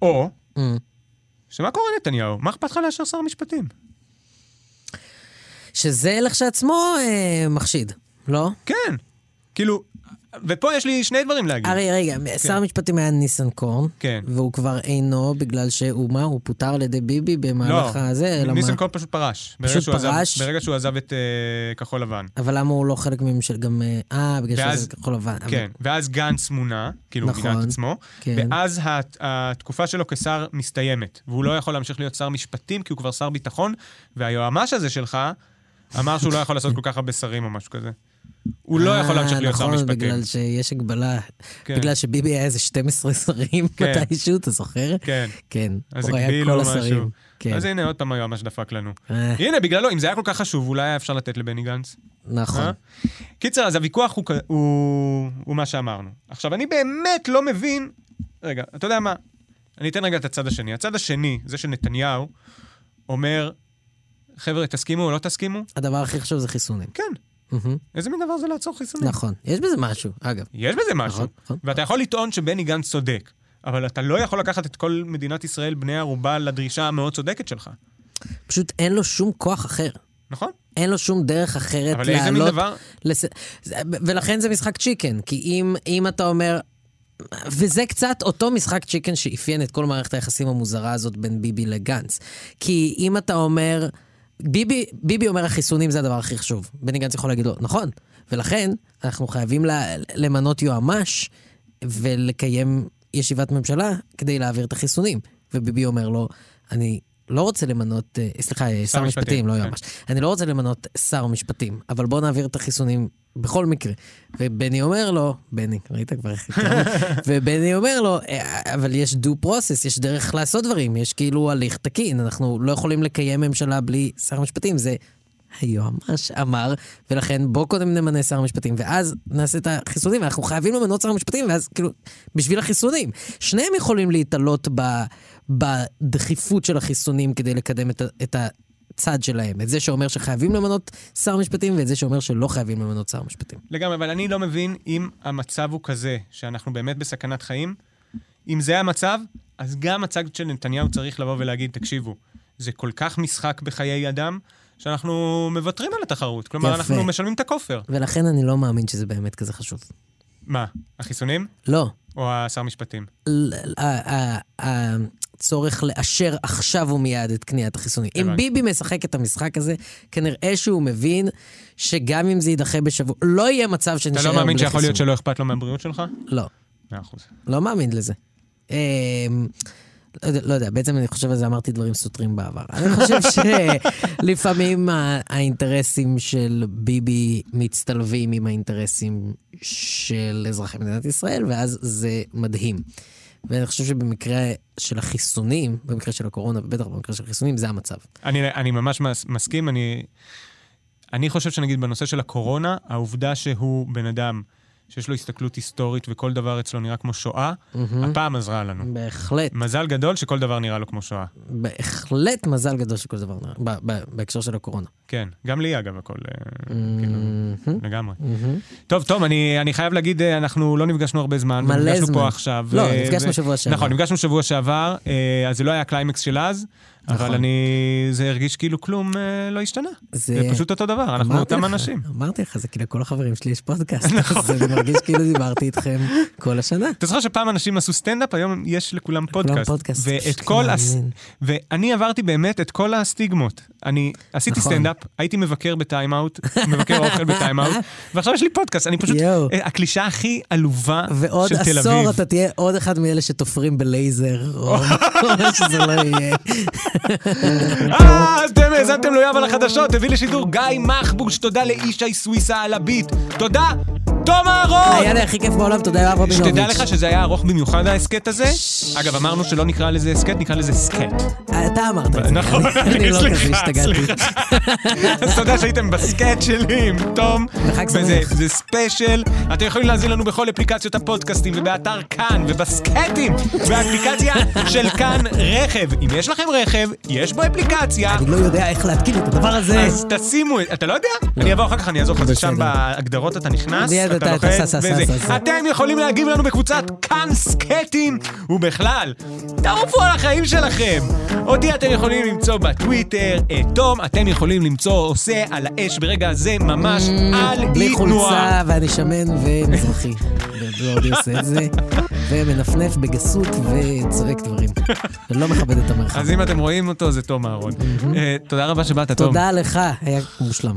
Speaker 2: או
Speaker 3: Mm.
Speaker 2: שמה קורה נתניהו? מה אכפת לך לאשר שר המשפטים?
Speaker 3: שזה לכשעצמו אה, מחשיד, לא?
Speaker 2: כן, כאילו, ופה יש לי שני דברים להגיד.
Speaker 3: הרי רגע, שר המשפטים היה ניסנקורן,
Speaker 2: כן.
Speaker 3: והוא כבר אינו בגלל שהוא מה? הוא פוטר על ידי ביבי במהלך הזה, אלא לא מה?
Speaker 2: לא. ניסנקורן פשוט פרש. ברגע
Speaker 3: פשוט
Speaker 2: שהוא עזב-
Speaker 3: פרש?
Speaker 2: ברגע שהוא עזב את אה, כחול לבן.
Speaker 3: אבל למה הוא לא חלק מממשל גם... אה, אה, בגלל
Speaker 2: ואז-
Speaker 3: שזה כחול לבן. אבל-
Speaker 2: כן, ואז גנץ מונה, כאילו הוא מינה
Speaker 3: נכון,
Speaker 2: את עצמו,
Speaker 3: כן.
Speaker 2: ואז הת- התקופה שלו כשר מסתיימת, והוא לא יכול להמשיך להיות שר משפטים, כי הוא כבר שר ביטחון, והיועמ"ש הזה שלך אמר שהוא לא יכול לעשות כל כך הרבה שרים או משהו כזה. הוא לא
Speaker 3: אה,
Speaker 2: יכול להמשיך להיות שר
Speaker 3: נכון,
Speaker 2: משפטים.
Speaker 3: בגלל שיש הגבלה.
Speaker 2: כן.
Speaker 3: בגלל שביבי היה איזה 12 שרים
Speaker 2: כן.
Speaker 3: מתישהו, אתה זוכר?
Speaker 2: כן.
Speaker 3: כן.
Speaker 2: אז
Speaker 3: הוא היה
Speaker 2: הגבילו
Speaker 3: כל
Speaker 2: משהו.
Speaker 3: השרים. כן.
Speaker 2: אז הנה, עוד פעם היועמ"ש דפק לנו.
Speaker 3: אה,
Speaker 2: הנה, בגללו, אם זה היה כל כך חשוב, אולי היה אפשר לתת לבני גנץ.
Speaker 3: נכון.
Speaker 2: אה? קיצר, אז הוויכוח הוא, כ- הוא, הוא מה שאמרנו. עכשיו, אני באמת לא מבין... רגע, אתה יודע מה? אני אתן רגע את הצד השני. הצד השני, זה שנתניהו, אומר, חבר'ה, תסכימו או לא תסכימו?
Speaker 3: הדבר הכי חשוב זה חיסונים.
Speaker 2: כן.
Speaker 3: מהמם.
Speaker 2: איזה מין דבר זה לעצור חיסונים?
Speaker 3: נכון. יש בזה משהו, אגב.
Speaker 2: יש בזה משהו.
Speaker 3: נכון, נכון.
Speaker 2: ואתה יכול לטעון שבני גנץ צודק, אבל אתה לא יכול לקחת את כל מדינת ישראל בני ערובה לדרישה המאוד צודקת שלך,
Speaker 3: פשוט אין לו שום כוח אחר.
Speaker 2: נכון?
Speaker 3: אין לו שום דרך אחרת
Speaker 2: אבל איזה מין
Speaker 3: לעלות...
Speaker 2: דבר-
Speaker 3: לס... זה- ולכן זה משחק צ'יקן, כי אם, אם אתה אומר... וזה קצת אותו משחק צ'יקן שאפיין את כל מערכת היחסים המוזרה הזאת בין ביבי לגנץ. כי אם אתה אומר... ביבי, ביבי אומר החיסונים זה הדבר הכי חשוב. בני גנץ יכול להגיד לו, נכון. ולכן אנחנו חייבים ל- למנות יועמ"ש ולקיים ישיבת ממשלה כדי להעביר את החיסונים. וביבי אומר לו, אני לא רוצה למנות, אה, סליחה, אה, שר
Speaker 2: משפטים,
Speaker 3: משפטים, לא
Speaker 2: כן.
Speaker 3: יועמ"ש. אני לא רוצה למנות שר משפטים, אבל בוא נעביר את החיסונים בכל מקרה. ובני אומר לו, בני, ראית כבר איך התקרבנו? ובני אומר לו, "אה, אבל יש due process, יש דרך לעשות דברים, יש כאילו הליך תקין, אנחנו לא יכולים לקיים ממשלה בלי שר משפטים, זה... היועמ"ש אמר, ולכן בוא קודם נמנה שר המשפטים, ואז נעשה את החיסונים, ואנחנו חייבים למנות שר המשפטים, ואז כאילו, בשביל החיסונים. שניהם יכולים להתעלות ב- בדחיפות של החיסונים כדי לקדם את, ה- את, ה- הצד שלהם, את זה שאומר שחייבים למנות שר משפטים ואת זה שאומר שלא חייבים למנות שר משפטים.
Speaker 2: לגמרי, אבל אני לא מבין אם המצב הוא כזה, שאנחנו באמת בסכנת חיים. אם זה המצב, אז גם הצד של נתניהו צריך לבוא ולהגיד, תקשיבו, זה כל כך משחק בחיי אדם, שאנחנו מוותרים על התחרות. כלומר,
Speaker 3: יפה.
Speaker 2: אנחנו משלמים את הכופר.
Speaker 3: ולכן אני לא מאמין שזה באמת כזה חשוב.
Speaker 2: מה, החיסונים
Speaker 3: לא,
Speaker 2: או השר משפטים?
Speaker 3: ל- ה- ה- ה- הצורך לאשר עכשיו ומייד את קניית החיסונים. אם
Speaker 2: הבנתי.
Speaker 3: ביבי משחק את המשחק הזה, כנראה שהוא מבין שגם אם זה יידחה בשבוע, לא יהיה מצב
Speaker 2: אתה
Speaker 3: שנשאר בלי
Speaker 2: לא
Speaker 3: חיסון.
Speaker 2: מאמין שיכול להיות שלא אכפת לו מהבריאות שלך?
Speaker 3: לא.
Speaker 2: מאה אחוז.
Speaker 3: לא מאמין לזה. אמ, לא יודע, לא יודע, בעצם אני חושב על זה, אמרתי דברים סותרים בעבר. אני חושב שלפעמים ה- האינטרסים של ביבי מצטלבים עם האינטרסים של אזרחי מדינת ישראל, ואז זה מדהים. ואני חושב שבמקרה של החיסונים, במקרה של הקורונה, ובטח במקרה של החיסונים, זה המצב.
Speaker 2: אני, אני ממש מס, מסכים, אני, אני חושב שנגיד בנושא של הקורונה, העובדה שהוא בן אדם שיש לו הסתכלות היסטורית וכל דבר אצלו נראה כמו שואה,
Speaker 3: Mm-hmm.
Speaker 2: הפעם עזרה לנו.
Speaker 3: בהחלט,
Speaker 2: מזל גדול שכל דבר נראה לו כמו שואה.
Speaker 3: בהחלט מזל גדול שכל דבר נראה, ב- ב- בהקשר של הקורונה.
Speaker 2: כן, גם לי אגב הכל, אה,
Speaker 3: Mm-hmm.
Speaker 2: כאילו, לגמרי. טוב, תום, אני אני חייב להגיד, אה, אנחנו לא נפגשנו הרבה זמן.
Speaker 3: מלא
Speaker 2: נפגשנו
Speaker 3: זמן.
Speaker 2: פה עכשיו.
Speaker 3: לא,
Speaker 2: אה,
Speaker 3: נפגשנו
Speaker 2: ו-
Speaker 3: שבוע שעבר.
Speaker 2: נכון, נפגשנו שבוע שעבר, אה, אז זה לא היה הקליימקס של אז, אבל אני... זה הרגיש כאילו כלום אה, לא השתנה. זה פשוט אותו דבר, אנחנו
Speaker 3: אמרתי
Speaker 2: אותם
Speaker 3: לך-
Speaker 2: אנשים.
Speaker 3: אמרתי לך, זה כאילו כל החברים שלי יש פודקאסט. אז אני מרגיש כאילו דיברתי איתכם כל השנה.
Speaker 2: אתה זוכר שפעם אנשים עשו סטנדאפ, היום יש לכולם
Speaker 3: כולם
Speaker 2: פודקאסט.
Speaker 3: פודקאסט,
Speaker 2: ואת
Speaker 3: פשוט
Speaker 2: כל
Speaker 3: לא
Speaker 2: הס...
Speaker 3: מאמין.
Speaker 2: ואני עברתי באמת את כל הסטיגמות. אני עשיתי
Speaker 3: נכון.
Speaker 2: סטנדאפ, הייתי מבקר בטיימאוט, מבקר אוכל בטיימאוט, ועכשיו יש לי פודקאסט. אני פשוט...
Speaker 3: יואו.
Speaker 2: הקלישה הכי עלובה
Speaker 3: ועוד
Speaker 2: של תל אביב.
Speaker 3: עשור אתה תהיה עוד אחד מאלה שתופרים בלייזר, או מה שזה לא יהיה.
Speaker 2: אה, אז אתם האזנתם לו יב על החדשות, הביא לשידור גיא מחבוש, תודה לישי סוויסה על הביט, תודה, תום אהרון!
Speaker 3: היה לי הכי כיף בעולם, תודה יואב רבינוביץ'.
Speaker 2: שתדע לך שזה היה ארוך במיוחד ההסכת הזה. אגב, אמרנו שלא נקרא לזה הסכת, נקרא לזה סקט.
Speaker 3: אתה אמרת את זה,
Speaker 2: נכון,
Speaker 3: אני- אני לא
Speaker 2: סליחה,
Speaker 3: כזה השתגעתי.
Speaker 2: סליחה. אז תודה שהייתם בסקט שלי עם תום.
Speaker 3: וחג שמח.
Speaker 2: וזה- זה ספיישל. אתם יכולים להזין לנו בכל אפליקציות הפודקאסטים ובאתר כאן ובסקטים, באפליקציה של כאן רכב. אם יש לכם רכב, יש בו אפליקציה.
Speaker 3: אני לא יודע איך להתקין את הדבר הזה.
Speaker 2: אז תשימו, את- אתה לא יודע? אני אבוא אחר כך, אני אעזור לך, זה שם
Speaker 3: בסדר.
Speaker 2: בהגדרות אתה נכנס,
Speaker 3: אני-
Speaker 2: אתה
Speaker 3: אתה-
Speaker 2: לוחץ,
Speaker 3: אתה- סע, סע,
Speaker 2: וזה.
Speaker 3: סע, סע.
Speaker 2: אתם יכולים להגיב לנו בקבוצת כאן סקטים, ובכלל, תעופו על החיים שלכם. אותי אתם יכולים למצוא בטוויטר, את תום, אתם יכולים למצוא עושה על האש ברגע זה ממש
Speaker 3: Mm,
Speaker 2: על אי
Speaker 3: בלי
Speaker 2: תנועה.
Speaker 3: חולצה, ואני שמן ומזרחי. ואודי עושה את זה, ומנפנף בגסות וצועק דברים. ולא מכבד את המרחב.
Speaker 2: אז אם אתם רואים אותו, זה תום אהרון. אה, תודה רבה שבאת, תום.
Speaker 3: תודה לך, היה מושלם.